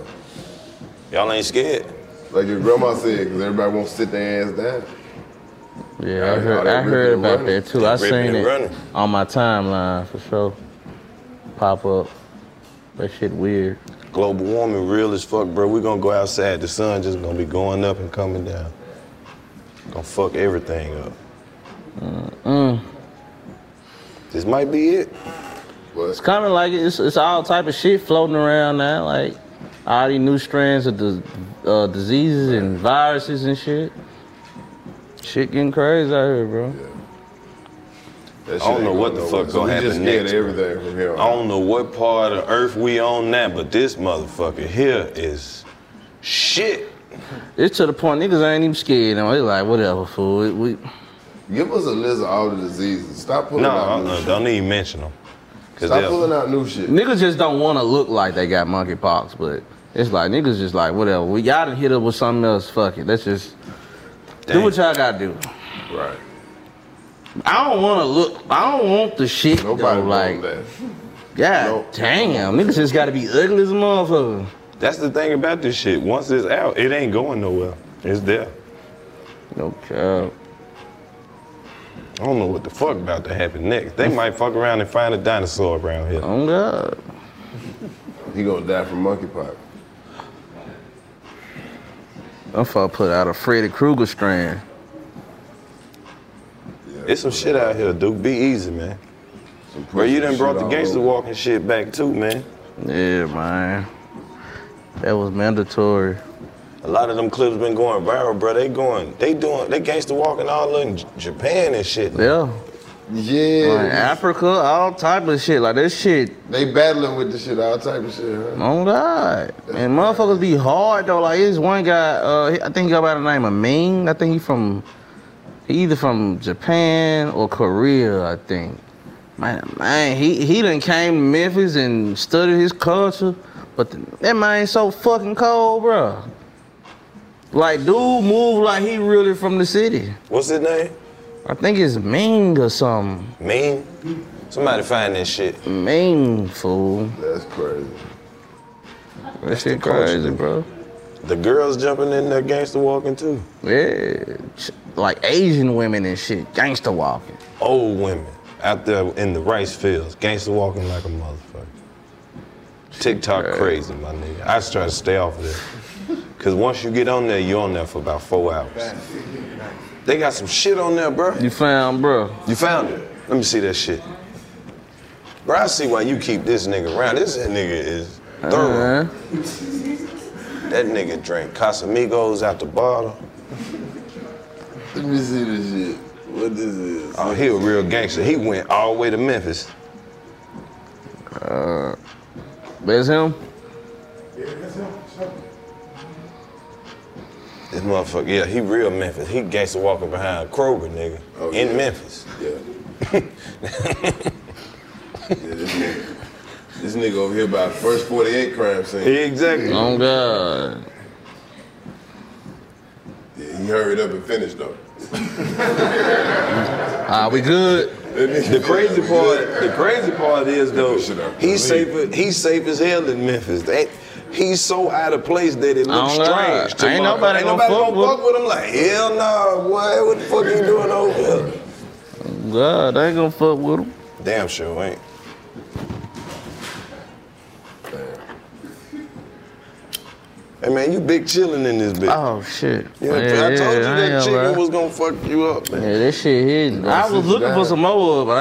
Y'all ain't scared.
Like your grandma said, because everybody won't sit their ass down.
Yeah, I
Yeah,
heard,
they
I heard
ripping and
about
running.
that too. I
Ripping
seen
and
it
running.
on my timeline for sure. Pop up. That shit weird.
Global warming real as fuck, bro. We gonna go outside. The sun just gonna be going up and coming down. Gonna fuck everything up. This might be it.
But
It's coming like it's, it's all type of shit floating around now, like all these new strands of the uh, diseases and viruses and shit. Shit getting crazy out here, bro.
that shit
I don't know
ain't
what
going
the fuck
nowhere.
gonna
So we
happen
just scared
next,
of everything from here
I
on.
don't know what part of Earth we on now, but this motherfucker here is shit.
It's to the point niggas ain't even scared now. They like whatever, fool. We, we
Give us a list of all the diseases. Stop pulling
No,
out
uh-uh,
new shit.
don't even mention them. Cause
Stop pulling
they'll-
out new shit.
niggas just don't want to look like they got monkeypox, but it's like niggas just like whatever. We y'all done hit up with something else. Fuck it. Let's just do
Damn.
what y'all gotta do.
Right.
I don't want to look. I don't want the shit though,
Nobody
like
like that.
God
Nope.
damn, niggas just gotta be ugly as a motherfucker.
That's the thing about this shit. Once it's out, it ain't going nowhere. It's there.
No cap.
I don't know what the fuck about to happen next. They might fuck around and find a dinosaur around here.
Oh God.
He gonna die from monkeypox.
I'm for put out a Freddy Krueger strand.
It's some shit out here, Duke. Be easy, man.
Some
Bro, you done
shit
brought the
all
gangster
over.
walking shit back too, man.
Yeah, man. That was mandatory.
A lot of them clips been going viral, bro. They going, they doing, they gangster walking all in J- Japan and shit.
Yeah.
Yeah.
Like Africa, all type of shit. Like that shit.
They battling with the shit, all type of shit, huh?
Oh God. And motherfuckers be hard though. Like this one guy, uh, he- I think he go by the name of Ming. I think he from he either from Japan or Korea, I think. Man, man, he he done came to Memphis and studied his culture, but the, that man so fucking cold, bruh. Like dude move like he really from the city.
What's his name?
I think it's Ming or something.
Mean? Somebody find that shit.
Ming fool.
That's crazy.
That shit crazy, bro.
The girls jumping in there gangster walking too.
Yeah. ch- Like Asian women and shit, gangster walking.
Old women out there in the rice fields, gangster walking like a motherfucker. TikTok crazy, my nigga. I just try to stay off of there. Cause once you get on there, you on there for about four hours. They got some shit on there, bro. You
found, bro.
You found it. Let me see that shit. Bro, I see why you keep this nigga around. This nigga is
Uh-huh.
thorough. That nigga drank Casamigos out the bottle.
Let me see this shit. What this is?
Oh, he a real gangster. He went all the way to Memphis.
Uh, that's him.
This motherfucker, yeah, he real Memphis. He gangster walking behind Kroger, nigga,
Oh,
in Memphis.
This nigga over here by first 48 crime scene.
Exactly.
Oh God.
Yeah, he hurried up and finished though.
Ah, we good.
The crazy part, the crazy part is though, he's safe. He's safe as hell in Memphis. That he's so out of place that it looks
I don't lie.
strange. to
Ain't
my-
nobody
ain't
gonna
nobody
fuck
gonna
with-
fuck with him. Like hell no, nah, boy. What the fuck you doing over here?
Oh, God, I ain't gonna fuck with him.
Damn sure ain't. Hey man, you big chillin' in this bitch.
Oh shit.
Yeah, I told you that chicken was gonna fuck you up, man.
Yeah, that shit hit. I was looking for some more of it.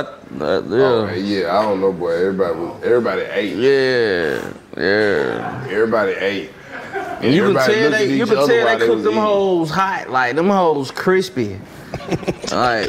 I, uh, yeah.
Oh,
yeah, I don't know, boy. Everybody, was, everybody ate.
Yeah, yeah.
Everybody ate.
And you
Everybody
can tell
looked at
they you
each
can tell
other
they
while they
cooked
was
them
eating.
hoes hot, like them hoes crispy. like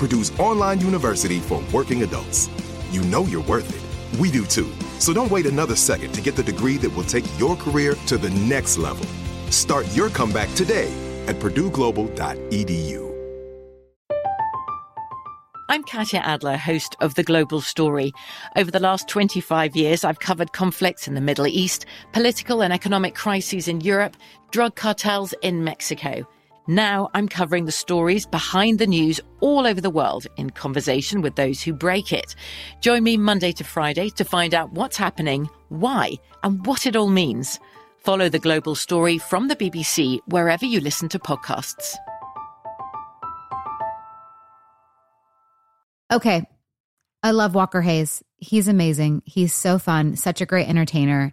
Purdue's online university for working adults. You know you're worth it. We do too. So don't wait another second to get the degree that will take your career to the next level. Start your comeback today at purdueglobal.edu.
I'm Katya Adler, host of The Global Story. Over the last 25 years, I've covered conflicts in the Middle East, political and economic crises in Europe, drug cartels in Mexico. Now I'm covering the stories behind the news all over the world in conversation with those who break it. Join me Monday to Friday to find out what's happening, why, and what it all means. Follow the global story from the BBC wherever you listen to podcasts.
Okay. I love Walker Hayes. He's amazing. He's so fun, such a great entertainer.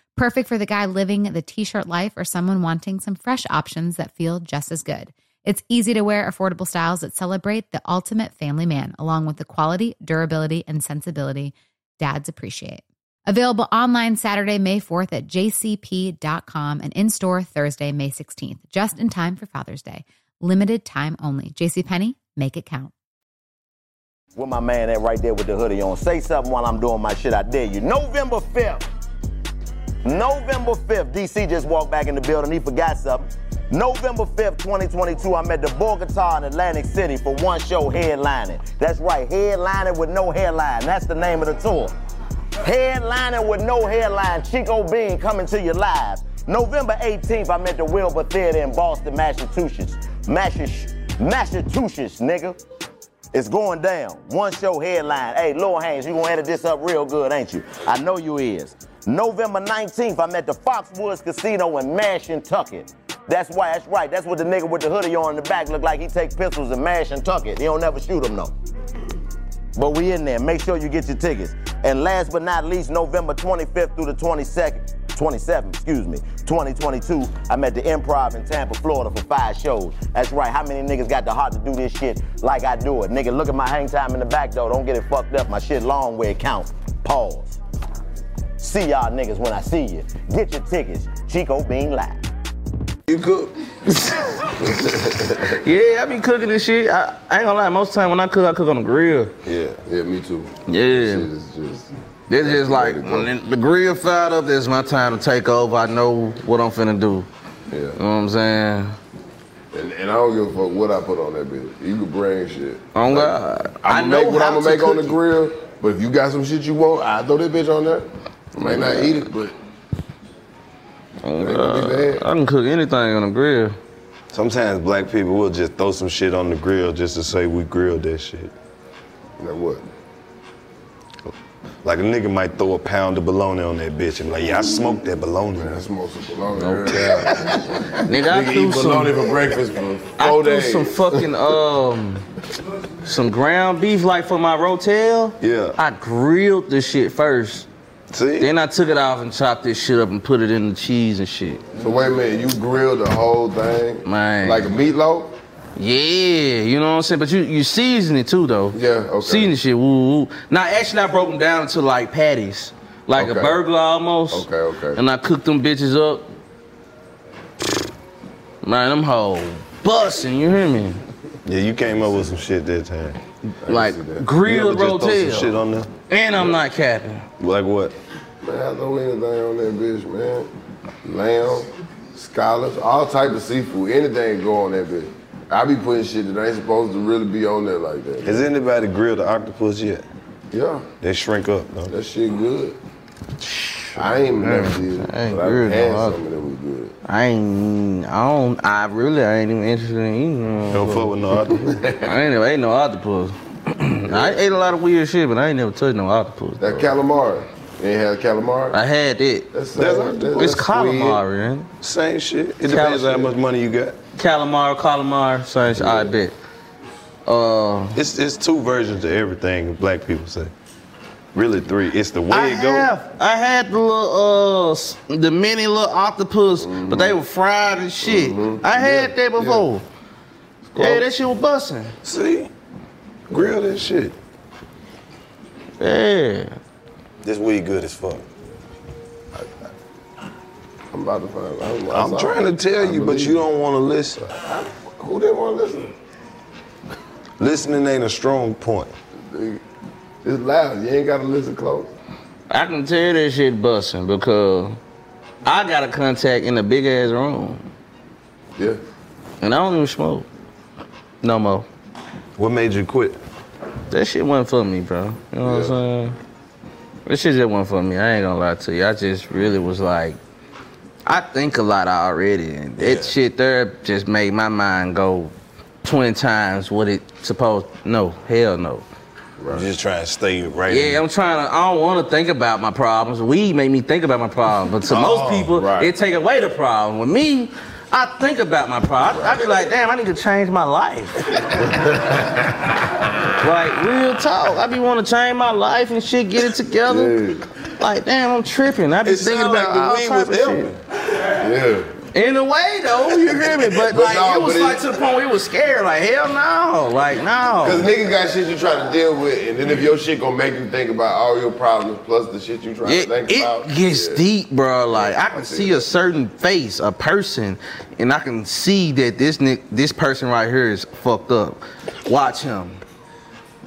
Perfect for the guy living the t shirt life or someone wanting some fresh options that feel just as good. It's easy to wear affordable styles that celebrate the ultimate family man, along with the quality, durability, and sensibility dads appreciate. Available online Saturday, May 4th at jcp.com and in store Thursday, May 16th, just in time for Father's Day. Limited time only. JCPenney, make it count.
Where my man at right there with the hoodie on? Say something while I'm doing my shit. I dare you. November 5th. November 5th. DC just walked back in the building. He forgot something. November 5th, 2022, I'm at the Bogota in Atlantic City for one show headlining. That's right, headlining with no headline. That's the name of the tour. Headlining with no headline, Chico Bean coming to you live. November 18th, I'm at the Wilbur Theater in Boston, Massachusetts. Massachusetts, Massachusetts, nigga. It's going down. One show headline. Hey, Lil Haynes, you gonna edit this up real good, ain't you? I know you is. November 19th, I'm at the Foxwoods Casino in Mash, Kentucky. That's why, that's right. That's what the nigga with the hoodie on in the back look like. He take pistols and mash and tuck it. He don't never shoot them, though. But we in there. Make sure you get your tickets. And last but not least, November 25th through the 22nd, 27th, excuse me, 2022, I'm at the Improv in Tampa, Florida for five shows. That's right. How many niggas got the heart to do this shit like I do it? Nigga, look at my hang time in the back though. Don't get it fucked up. My shit long where it counts. Pause. See y'all niggas when I see you. Get your tickets. Chico Bean Live.
You cook?
yeah, I be cooking this shit. I, I ain't gonna lie, most time when I cook, I cook on the grill.
Yeah, yeah, me too.
Yeah.
Shit is just.
This is like when the- the grill fired up, this is my time to take over. I know what I'm finna do.
Yeah. You know
what I'm saying?
And, and I don't give a fuck what I put on that bitch. You can bring shit.
On God.
I'm
I know
gonna make what
how
I'm gonna
to
make on the
cook it.
grill, but if you got some shit you want, I throw that bitch on there. I might not eat it, but
On
gonna be
God. I can cook anything on the grill.
Sometimes black people will just throw some shit on the grill just to say we grilled that shit.
Like what?
Like a nigga might throw a pound of bologna on that bitch and be like, yeah, I smoked that bologna.
I smoked some bologna.
No cap.
Nigga, I
Nigga
threw
eat
some,
bologna for breakfast
for
I
four
threw
days.
some fucking um, some ground beef like for my rotel.
Yeah.
I grilled this shit first.
See?
Then I took it off and chopped this shit up and put it in the cheese and shit.
So wait a minute, you grilled the whole thing?
Man.
Like a meatloaf?
Yeah, you know what I'm saying? But you you season it too though. Yeah, okay. Season shit, woo woo. Now actually I broke them down into like patties. Like
Okay.
a burglar almost.
Okay, okay.
And I cooked them bitches up. Man, them whole busting, you hear me?
Yeah, you came up with some shit that time.
Like
grill
grilled
Some
rotel.
shit on there.
And I'm not capping.
Like what?
Man, I throw anything on that bitch, man. Lamb, scallops, all type of seafood, anything go on that bitch. I be putting shit that ain't supposed to really be on there like that.
Has anybody grilled the octopus yet?
Yeah.
They shrink up, though.
That shit good. I ain't never did it,
I ain't
but I've
grilled
had
no oct-
some of that was good.
I ain't I don't I really I ain't even interested in eating. them.
Don't fuck with no octopus.
I ain't never ate no octopus. I ate a lot of weird shit, but I ain't never touched no octopus.
That calamari. You ain't had calamari?
I had it.
That's,
That's
that's,
octopus.
it's
that's
calamari, ain't it?
Same shit. It
Calamari.
depends how much money you got.
Calamari, calamari, same shit. I bet. Uh,
It's it's two versions of everything black people say. Really three. It's the way
I
it go.
have. I had the little, uh, s- the mini little octopus, but they were fried and shit.
Mm-hmm.
I had that before. Yeah, that shit was busting.
See, grill that shit.
Yeah.
This weed good as fuck.
I'm about to find out.
I'm trying to tell you, but you don't want to listen.
Who didn't want to listen? Listening ain't a strong point.
It's loud. You ain't gotta listen close.
I can tell that shit busting because I got a contact in a big ass room.
Yeah.
And I don't even smoke. No more.
What made you quit?
That shit wasn't for me, bro. You know what I'm saying? That shit just wasn't for me. I ain't gonna lie to you. I just really was like, I think a lot already. And that shit there just made my mind go 20 times what it supposed No, hell no.
You just trying to stay right. in-
Yeah, I'm trying to. I don't want to think about my problems. Weed made me think about my problems, but to
Oh,
most people,
right.
it take away the problem. With me, I think about my problem. I, I be like, damn, I need to change my life. like real talk, I be want to change my life and shit, get it together. Like damn, I'm tripping. I be thinking
sound like
about
the
all
weed
type
was
of
helping.
shit.
Yeah.
In a way, though, you hear me? But,
But
like,
no,
it was
but
like
it-
to the point where it was scared. Like hell no, like no.
Because niggas got shit you trying to deal with, and then if your shit gonna make you think about all your problems plus the shit you trying
It,
to think about.
it gets deep, bro. Like I can see a certain face, a person, and I can see that this ni- this person right here is fucked up. Watch him.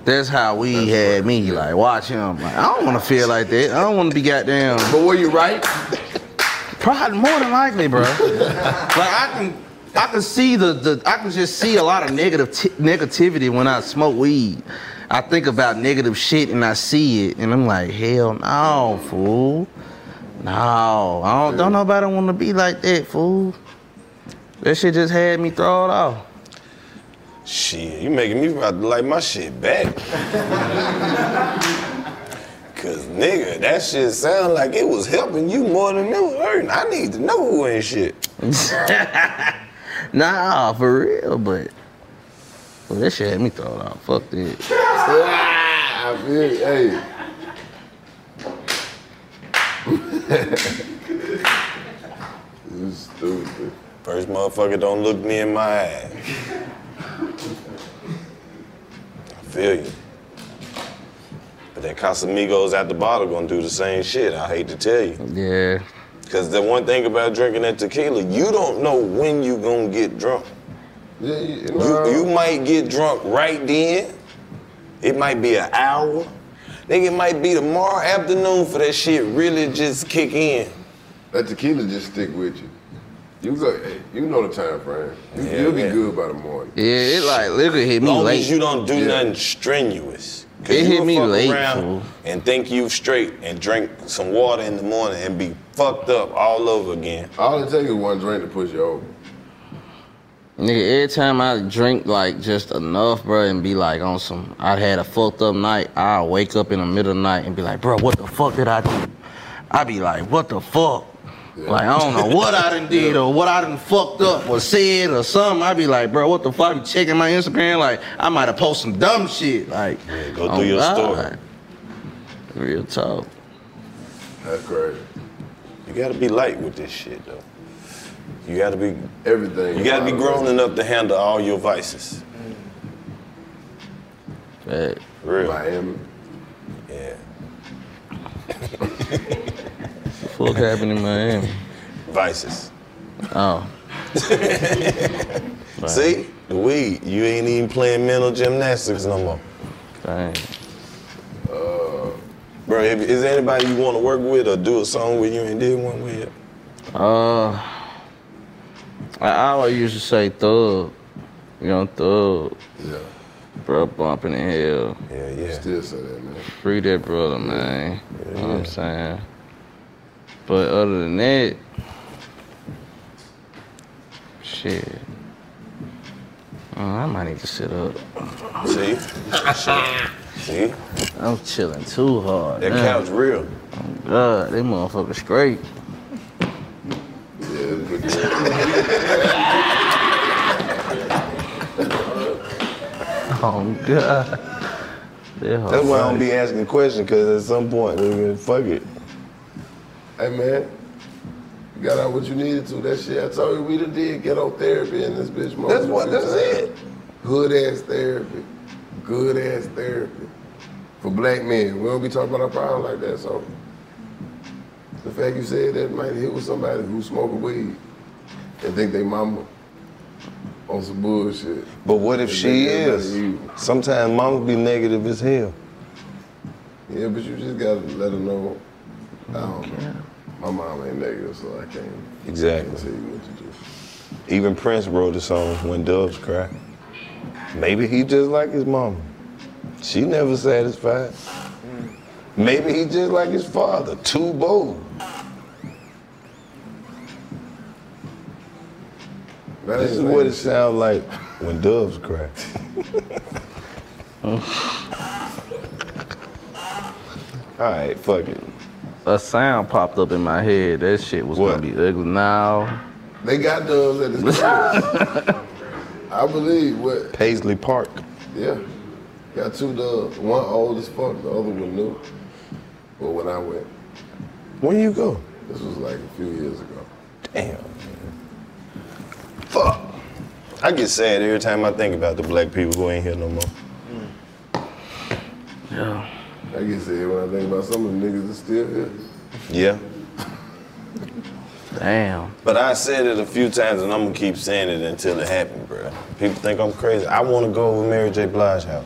That's how we had me. Like watch him. Like, I don't want to feel like that. I don't want to be goddamn.
But were you right?
Probably more than likely, bro. like I can. I can see the, the I can just see a lot of negative t- negativity when I smoke weed. I think about negative shit and I see it and I'm like, hell no, fool. No, I don't, don't nobody want to be like that, fool. That shit just had me throw it off.
Shit, you making me about to like my shit back. Cause nigga, that shit sound like it was helping you more than it was hurting. I need to know who ain't shit.
Nah, for real, but well, that shit had me throw it off. Fuck that.
Ah, I feel you. Hey.
You stupid. First motherfucker don't look me in my eye. I feel you. But that Casamigos at the bottle gonna do the same shit, I hate to tell you.
Yeah.
Cause the one thing about drinking that tequila, you don't know when you gonna get drunk. You, you might get drunk right then. It might be an hour. Nigga, it might be tomorrow afternoon for that shit really just kick in.
That tequila just stick with you. You go, hey, you know the time frame. You,
Yeah,
you'll be
yeah.
good by the morning.
Yeah, it like literally hit me
long
late.
as you don't do
Yeah.
nothing strenuous. 'Cause
It
you
hit
will
me
fuck
late,
around
fool.
And think you straight and drink some water in the morning and be fucked up all over again.
All it takes is one drink to push you over.
Nigga, every time I drink like just enough, bro, and be like on some, I had a fucked up night. I will wake up in the middle of the night and be like, bro, what the fuck did I do? I be like, what the fuck? Like I don't know what I done did or what I done fucked up or said or something. I be like, bro, what the fuck? I be checking my Instagram, like I might have posted some dumb shit. Like,
go
oh,
through your
God.
story.
Real talk.
That's crazy.
You gotta be light with this shit though. You gotta be
everything.
You gotta be grown enough to handle all your vices. Real.
Miami.
Yeah.
Fuck happened in Miami.
Vices.
Oh.
See? The weed. You ain't even playing mental gymnastics no more.
Dang.
Uh, bro, if, is there anybody you want to work with or do a song with you ain't did one with yet?
Uh, I always used to say thug, you know, thug.
Yeah.
Bro, bumping in hell.
Yeah, yeah.
Still say that, man.
Free that brother, man. You know what I'm saying? But other than that, shit. Uh, I might need to sit up.
See? Shit. See?
I'm chilling too hard.
That
now.
couch real.
Oh, God, they motherfuckers straight. Oh God.
That's why I don't be asking questions, because at some point we gonna fuck it.
Hey man, you got out what you needed to. That shit I told you we done did ghetto therapy in this bitch. more
That's
than
what-
one
that's
time. Hood ass therapy, good ass therapy for black men. We don't be talking about our problems like that. So the fact you said that might hit with somebody who smoking weed and think they mama or on some bullshit.
But what if
And
she
they get
is?
mad at you.
Sometimes mama be negative as hell.
Yeah, but you just gotta let her know. I don't know. My mom ain't negative, so I can't.
Exactly. Even Prince wrote a song when doves cry. Maybe he just like his mama. She never satisfied. Maybe he just like his father, too bold. this is what it sounds like when doves cry. All right, fuck it.
A sound popped up in my head. That shit was gonna be ugly. Now
They got doves at his crib. I believe what.
Paisley Park.
Yeah. Got two doves. One old as fuck, the other one new. But when I went,
When you go?
this was like a few years ago.
Damn. Fuck. I get sad every time I think about the black people who ain't here no more.
Yeah. I get sad when I think about some of the niggas that's still here.
Yeah.
Damn.
But I said it a few times and I'm gonna keep saying it until it happens, bro. People think I'm crazy. I wanna go over Mary J. Blige's house.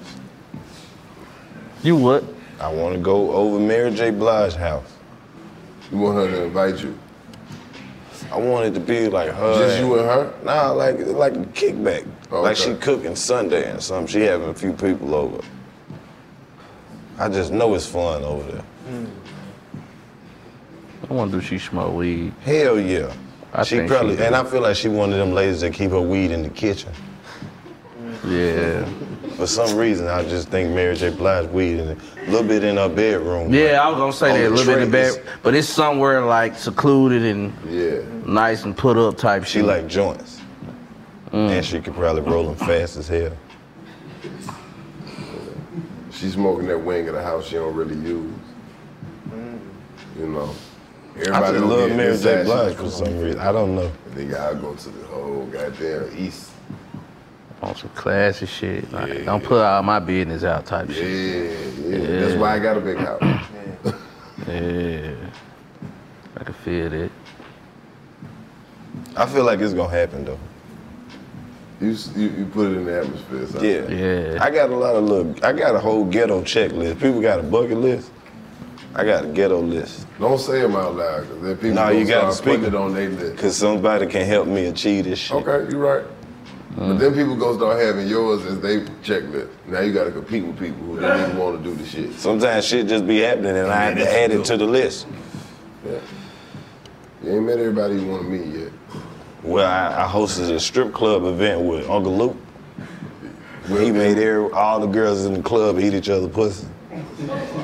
You what?
I wanna go over Mary J. Blige's house.
You want her to invite you?
I wanted to be like her.
Just you and her?
Nah, like like a kickback.
Oh,
Like
okay.
she cooking Sunday and something. She having a few people over. I just know it's fun over there.
I wanna do she smoke weed.
Hell yeah.
I
she
think
probably
she do.
and I feel like she one of them ladies that keep her weed in the kitchen.
Yeah.
For some reason, I just think Mary J. Blige weed in a little bit in her bedroom.
Yeah, I was gonna say
Oh, On
that a
the
little bit in the
trays.
back, but it's somewhere like secluded and
yeah,
nice and put up type. Mm.
She like joints, and she could probably roll them fast as hell.
She's smoking that wing of the house she don't really use. You know.
I just
don't
love
get
Mary
this
J.
side,
Blige
she's
for some reason. I don't know.
Nigga, I go to the whole Oh, goddamn east.
on some classy shit. Like, Don't put all my business out type
Yeah,
shit.
yeah. That's why I got a big house.
Yeah. I can feel that.
I feel like it's gonna happen though.
You you, you put it in the atmosphere. So.
Yeah, yeah. I got a lot of look. I got a whole ghetto checklist. People got a bucket list. I got a ghetto list.
Don't say them out loud, cause then people
Nah,
gonna
you gotta
start
speak
putting it on their list.
Cause somebody can help me achieve this shit.
Okay, you right. But then people gonna start having yours as they checklist. Now you gotta compete with people who don't even want to do the shit.
Sometimes shit just be happening, and I have to add it to the list.
Yeah. You ain't met everybody you want to meet yet.
Well, I, I hosted a strip club event with Uncle Luke. He made every, all the girls in the club eat each other pussy.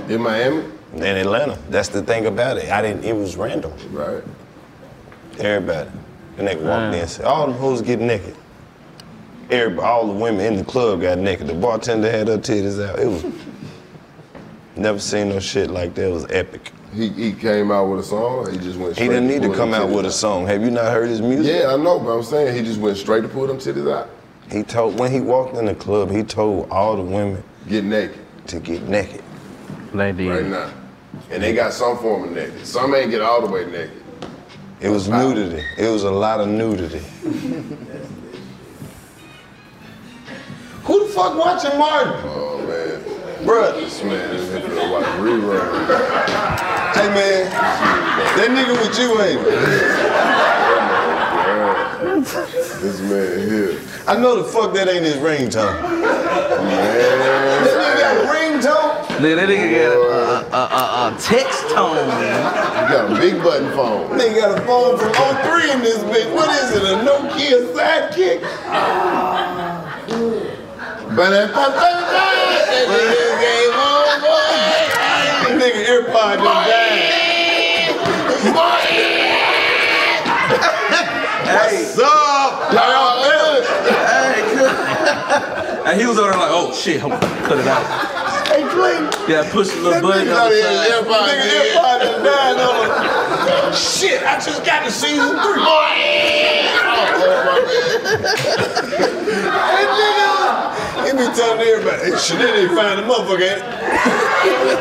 In Miami?
In Atlanta. That's the thing about it. I didn't. It was random.
Right.
Everybody. And they walked in
Damn.
and said, all the hoes get naked. Everybody, all the women in the club got naked. The bartender had her titties out. It was never seen no shit like that. It was epic.
He he came out with a song. Or he just went.
He
Straight
didn't need to
pull
come
them
out
titties
with a song. Have you not heard his music?
Yeah, I know, but I'm saying he just went straight to pull them titties out.
He told when he walked in the club, he told all the women
get naked
to get naked.
They did.
Right now, and they got some form of naked. Some ain't get all the way naked.
It was nudity. It was a lot of nudity. Who the fuck watching Martin?
Oh man,
Bruh.
this man is here for the watch rerun.
Hey man, that nigga with you ain't.
it? This man here.
I know the fuck that ain't his ringtone.
Man.
This nigga got a ringtone.
Nigga, that nigga got a, a, a, a text tone,
man. You got a big button phone.
Nigga got a phone from 03 in this bitch. What is it? A Nokia sidekick?
But if I think that, that nigga game over.
That nigga earpod just died.
What's up? Y'all
And he was over there like, oh shit, I'm gonna cut it out.
Hey, Clayton.
Yeah, push the little button. on
Nigga,
the side.
everybody just died on him. Shit, I just got to season three. Oh,
He be telling everybody, hey, shit, they didn't find the motherfucker. ain't it?"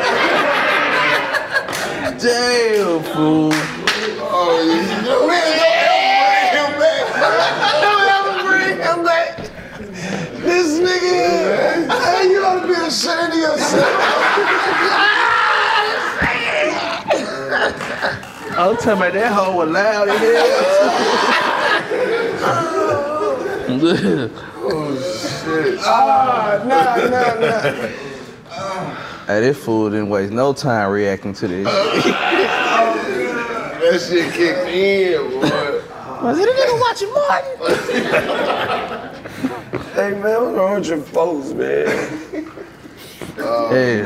Damn, fool.
Oh, yeah.
We ain't gonna ever bring him back. Don't ever bring him back.
shit in yourself.
I'm talking about Oh, that hoe was loud as hell.
oh, shit.
Ah, nah, nah, nah.
hey, this fool didn't waste no time reacting to this.
That shit kicked in, boy.
Was it a nigga watching Martin? hey man, what's wrong with your folks, man?
Oh, man.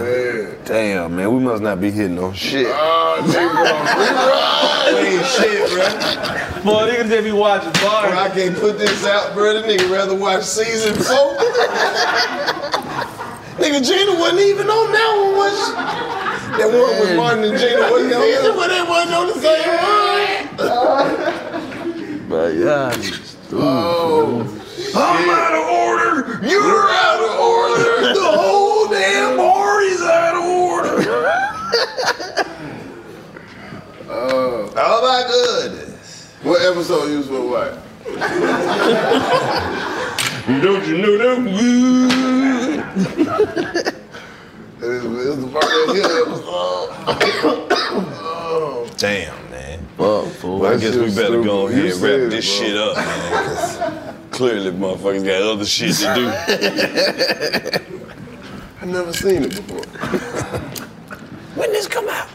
Damn, man, we must not be hitting on shit.
Oh, nigga, bro. We ain't shit, bro.
Boy, niggas just be watching bars.
I can't put this out, bro. The nigga rather watch season four. nigga, Gina wasn't even on that one, was she? That one with Martin and Gina wasn't on
Season
one, they wasn't on the same one.
But yeah.
Oh,
I'm out of order. You're out of order.
The whole damn
bar is out of order.
Oh. oh my goodness. What episode you was with what? Don't you know them good? it's, it's the part of episode.
Damn, man.
Well, fool.
I
That
guess
shit
we better
stupid.
go ahead
You
and
said
wrap
it,
this
bro.
shit up, man. 'cause Clearly, motherfuckers got other shit to do.
I never seen it before.
When this come out?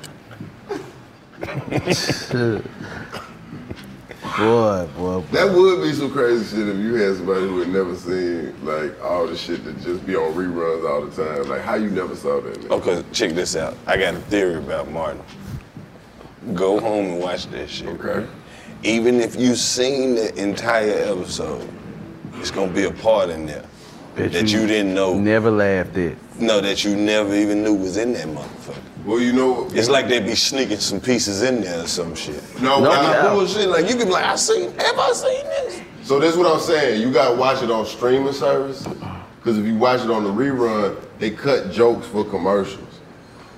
boy, boy, boy.
That would be some crazy shit if you had somebody who had never seen like all the shit that just be on reruns all the time. Like how you never saw that. Man?
okay, check this out. I got a theory about Martin. Go home and watch that shit. Okay. Even if you seen the entire episode, it's gonna be a part in there that you didn't know.
Never laughed at.
No, that you never even knew was in that motherfucker.
Well, you know,
it's like they be sneaking some pieces in there or some shit.
No, No but I- doubt.
bullshit. Like you can be like, I seen. Have I seen this?
So that's what I'm saying. You gotta watch it on streaming service. Cause if you watch it on the rerun, they cut jokes for commercials.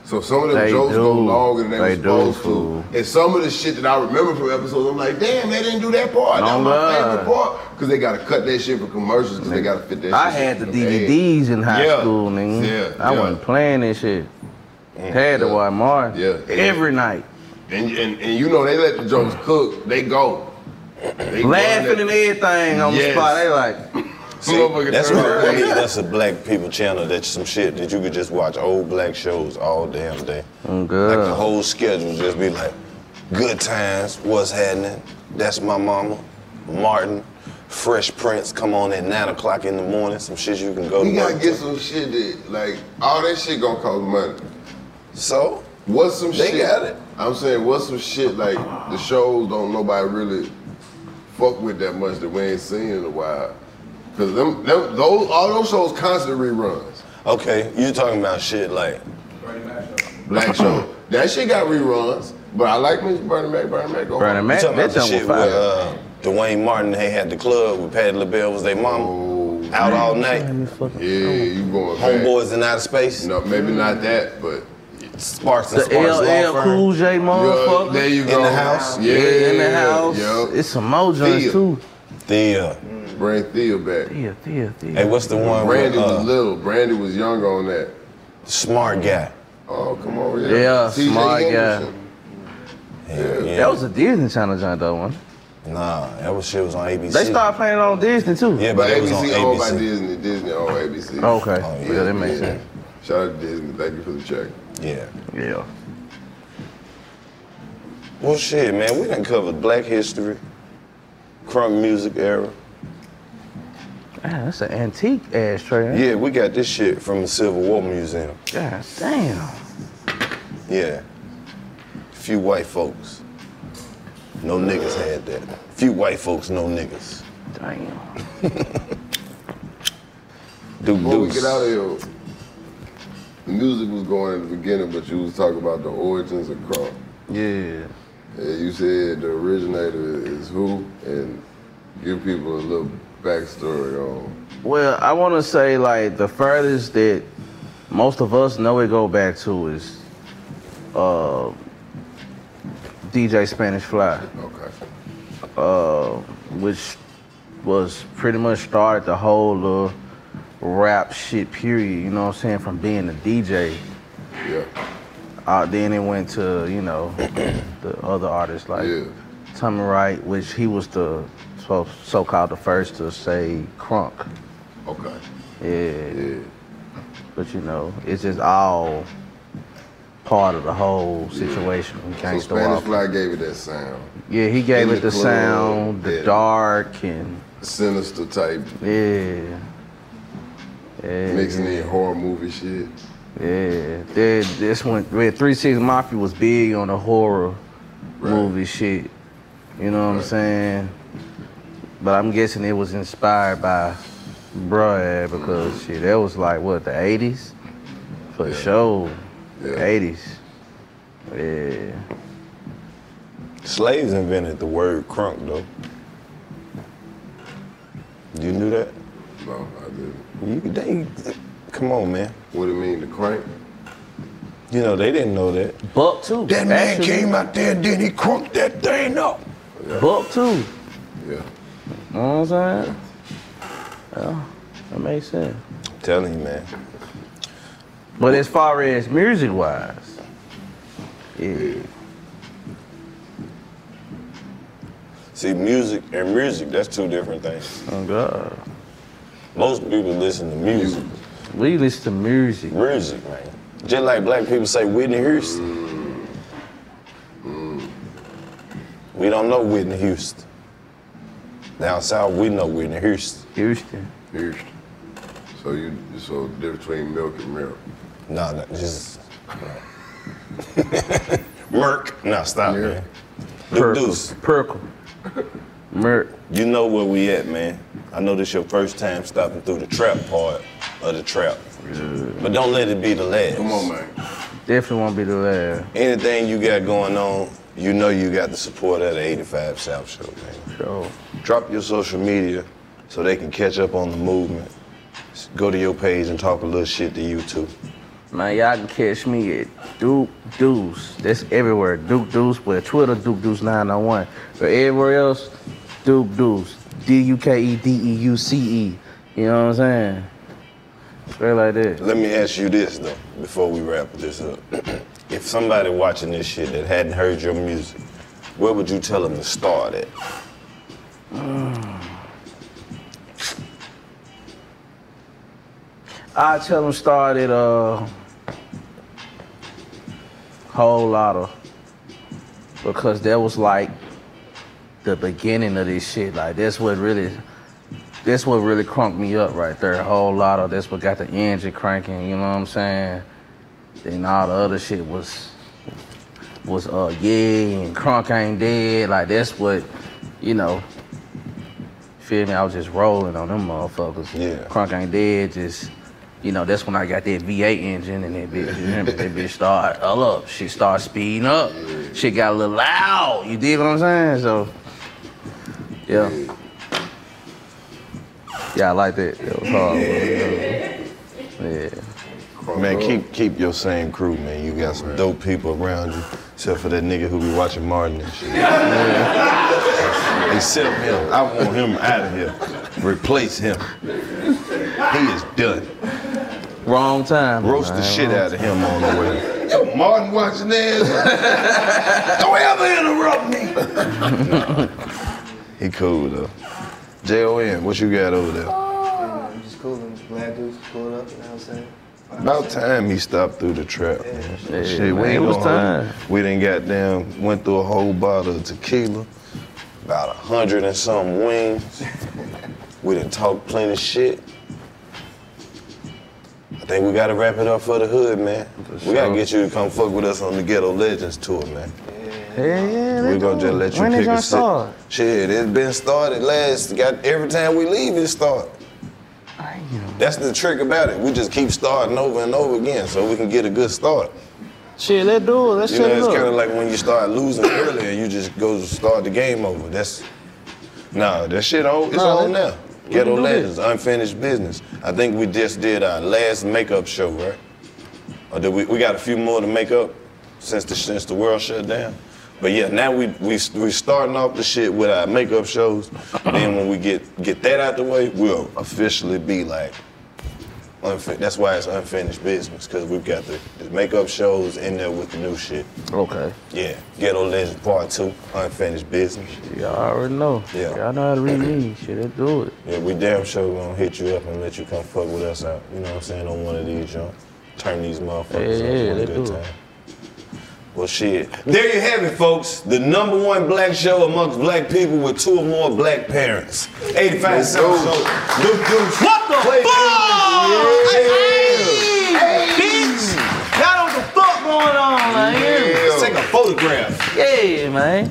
So some of them
They
jokes go
do.
longer than they,
They do,
were supposed
fool.
to. And some of the shit that I remember from episodes, I'm like, damn, they didn't do that part. That
No
was
lie.
my favorite part. Cause they gotta cut that shit for commercials because they gotta fit that
I
shit.
had the
in them ads.
DVDs in high
Yeah.
school, nigga.
Yeah,
I
yeah.
wasn't playing this shit. Had to watch Martin.
Yeah.
Every night.
And, and and you know they let the jokes cook, they go. They
Laughing and everything on the
Yes.
spot. They like,
See,
Motherfucker
that's
turn
why I
around.
believe that's a black people channel. That's some shit that you could just watch old black shows all damn day.
I'm
Like
good.
the whole schedule just be like, good times, what's happening? That's my mama, Martin, Fresh Prince. Come on at nine o'clock in the morning. Some shit you can go
We
to.
gotta
work
get
to.
some shit that, like, all that shit gonna cost money.
So?
What's some
They
shit?
got it.
I'm saying, what's some shit, like, the shows don't nobody really fuck with that much that we ain't seen in a while? Because them, them, those, all those shows constant reruns.
Okay, you talking about shit like
Black Show. That shit got reruns, but I like Miss Bernie Mac, Bernie Mac. go hard.
Oh, You talking about the shit with uh, Dwayne Martin? They had the club with Patty LaBelle was their mama. out all night.
Oh, Yeah, you going back.
Homeboys in outer space.
No, maybe not that, but
Sparks and
The
Sparks law
LL
firm.
Cool J motherfucker.
Yeah, there you go.
In the house.
Yeah,
in the house.
Yup.
It's some mojos
Thea.
too.
Thea.
Bring Thea back.
Thea, Thea, Thea.
Mm. Hey, what's the one?
Brandy
with, uh,
was little. Brandy was young on that.
Smart guy.
Oh, come on.
Yeah, smart guy.
Yeah.
That was a Disney Channel joint though, one.
Nah, that was shit was on ABC.
They started playing it on Disney too.
Yeah, but
But
it was on
ABC owned by
ABC.
Disney. Disney owned ABC.
Oh, Okay.
Oh,
yeah, that makes sense.
Shout out to Disney. Thank you for the check.
Yeah.
Yeah.
Well, shit, man, we done covered Black history, crunk music era.
Man, that's an antique ashtray. ain't it?
Yeah, we got this shit from the Civil War Museum.
God damn.
Yeah. Few white folks. No niggas had that. Few white folks, no niggas.
Damn.
Duke
Before we
Deuce.
get out of here, the music was going in the beginning, but you was talking about the origins of crunk.
Yeah.
And you said the originator is who, and give people a little backstory on.
Well, I want to say like the furthest that most of us know it go back to is uh, DJ Spanish Fly.
Okay.
Uh, which was pretty much started the whole uh, rap shit, period, you know what I'm saying, from being a DJ.
Yeah.
Uh, then it went to, you know, the other artists like Tommy Wright, which he was the so so called the first to say crunk.
Okay.
Yeah. But you know, it's just all part of the whole situation. We
So
can't go
Spanish
off.
Fly gave it that sound.
Yeah, he gave
In
it the
club,
sound, the
that
dark and
sinister type.
Yeah. Yeah.
Mixing in horror movie shit.
Yeah, there- this one, where Three Six Mafia was big on the horror movie shit. You know what I'm saying? But I'm guessing it was inspired by Bruh because shit, that was like what the '80s, for sure. '80s. Yeah.
Slaves invented the word crunk, though. You knew that?
No, I didn't.
You, they, come on, man.
What do you mean, the crank?
You know, they didn't know that.
Buck, too.
That man
actually.
came out there, then he crunked that thing up.
Buck, too.
Yeah.
You know what I'm saying? Yeah, that makes sense.
telling you, man.
But as far as music wise, yeah.
See, music and music, that's two different things.
Oh, God.
Most people listen to music.
We listen to music.
Music, man. Just like black people say Whitney Houston. Mm. We don't know Whitney Houston. Down south, we know Whitney Houston.
Houston.
Houston. So you, so the difference between milk and milk.
No, no, just. Merc. No, stop, man. Duke Deuce.
Perkle. Merc.
You know where we at, man. I know this your first time stopping through the trap part of the trap. But don't let it be the last. Come on,
man.
Definitely won't be the last.
Anything you got going on, you know you got the support of the 85 South Show, man.
Sure.
Drop your social media so they can catch up on the movement. S- Go to your page and talk a little shit to you too.
Man, y'all can catch me at Duke Deuce. That's everywhere. Duke Deuce, but Twitter, Duke Deuce 901. But everywhere else, Duke Deuce. D U K E D E U C E. You know what I'm saying? Straight like that.
Let me ask you this though, before we wrap this up. if somebody watching this shit that hadn't heard your music, where would you tell them to start at?
I tell uh, them start at a whole lot of because that was like the beginning of this shit. Like that's what really that's what really crunked me up right there. A whole lot of that's what got the engine cranking, you know what I'm saying? Then all the other shit was was uh yeah and crunk ain't dead. Like that's what, you know, Feel me? I was just rolling on them motherfuckers. Yeah. Crunk ain't dead. Just, you know, that's when I got that V8 engine and that bitch. You remember, that bitch started all up. Shit started speeding up. Shit got a little loud. You dig what I'm saying? So, yeah. Yeah, I like that. That was hard. Yeah.
Man, keep keep your same crew, man. You got some dope people around you, except for that nigga who be watching Martin and shit. Except him. I want him out of here. Replace him. He is done.
Wrong time.
Roast the
man.
shit out of him on the way.
Yo, Martin watching this. Don't ever interrupt me.
He cool though. J-O-N, what you got over there?
I'm just cooling, just glad dudes pulled up, you know what I'm saying?
About time he stopped through the trap, man.
Yeah,
shit,
man,
we ain't
it was
gonna- We done got down, went through a whole bottle of tequila, about a hundred and some wings. we done talked plenty of shit. I think we gotta wrap it up for the hood, man. we gotta
sure.
get you to come fuck with us on the Ghetto Legends tour, man.
Hell yeah.
We're
let's
gonna
do it.
just let you
When it
pick
gonna
a sit.
start?
Shit, it's been started last. Got every time we leave, it start. That's the trick about it. We just keep starting over and over again, so we can get a good start.
Shit, let's do it. Let's
you
set
know,
it
it's kind of
up.
like when you start losing early and you just go start the game over. That's nah, that shit on. It's
Nah,
on
that- we
now.
can
Ghetto
do this.
Legends, unfinished business. I think we just did our last makeup show, right? Or did we? We got a few more to make up since the since the world shut down. But yeah, now we we we starting off the shit with our makeup shows. then when we get get that out the way, we'll officially be like unfi- that's why it's unfinished business because we've got the, the makeup shows in there with the new shit.
Okay.
Yeah, Ghetto Legends Part Two, unfinished business.
Yeah, I already know.
Yeah.
Y'all know how to read me. Shit, that do it.
Yeah, we damn sure gonna hit you up and let you come fuck with us out. You know what I'm saying? On one of these, you turn these motherfuckers
Yeah,
up
yeah,
for
they
a good
do.
time. Well, shit. There you have it, folks. The number one black show amongst black people with two or more black parents. 85
Let's
South
go.
Show. Luke Deuce. What the fuck?
Bitch!
Y'all know what the fuck going on,
man.
Let's take a photograph.
Yeah, man.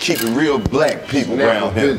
Keep it real black people
Now,
around here.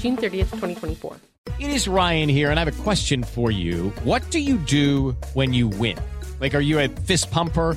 June 30th, 2024.
It is Ryan here, and I have a question for you. What do you do when you win? Like, are you a fist pumper?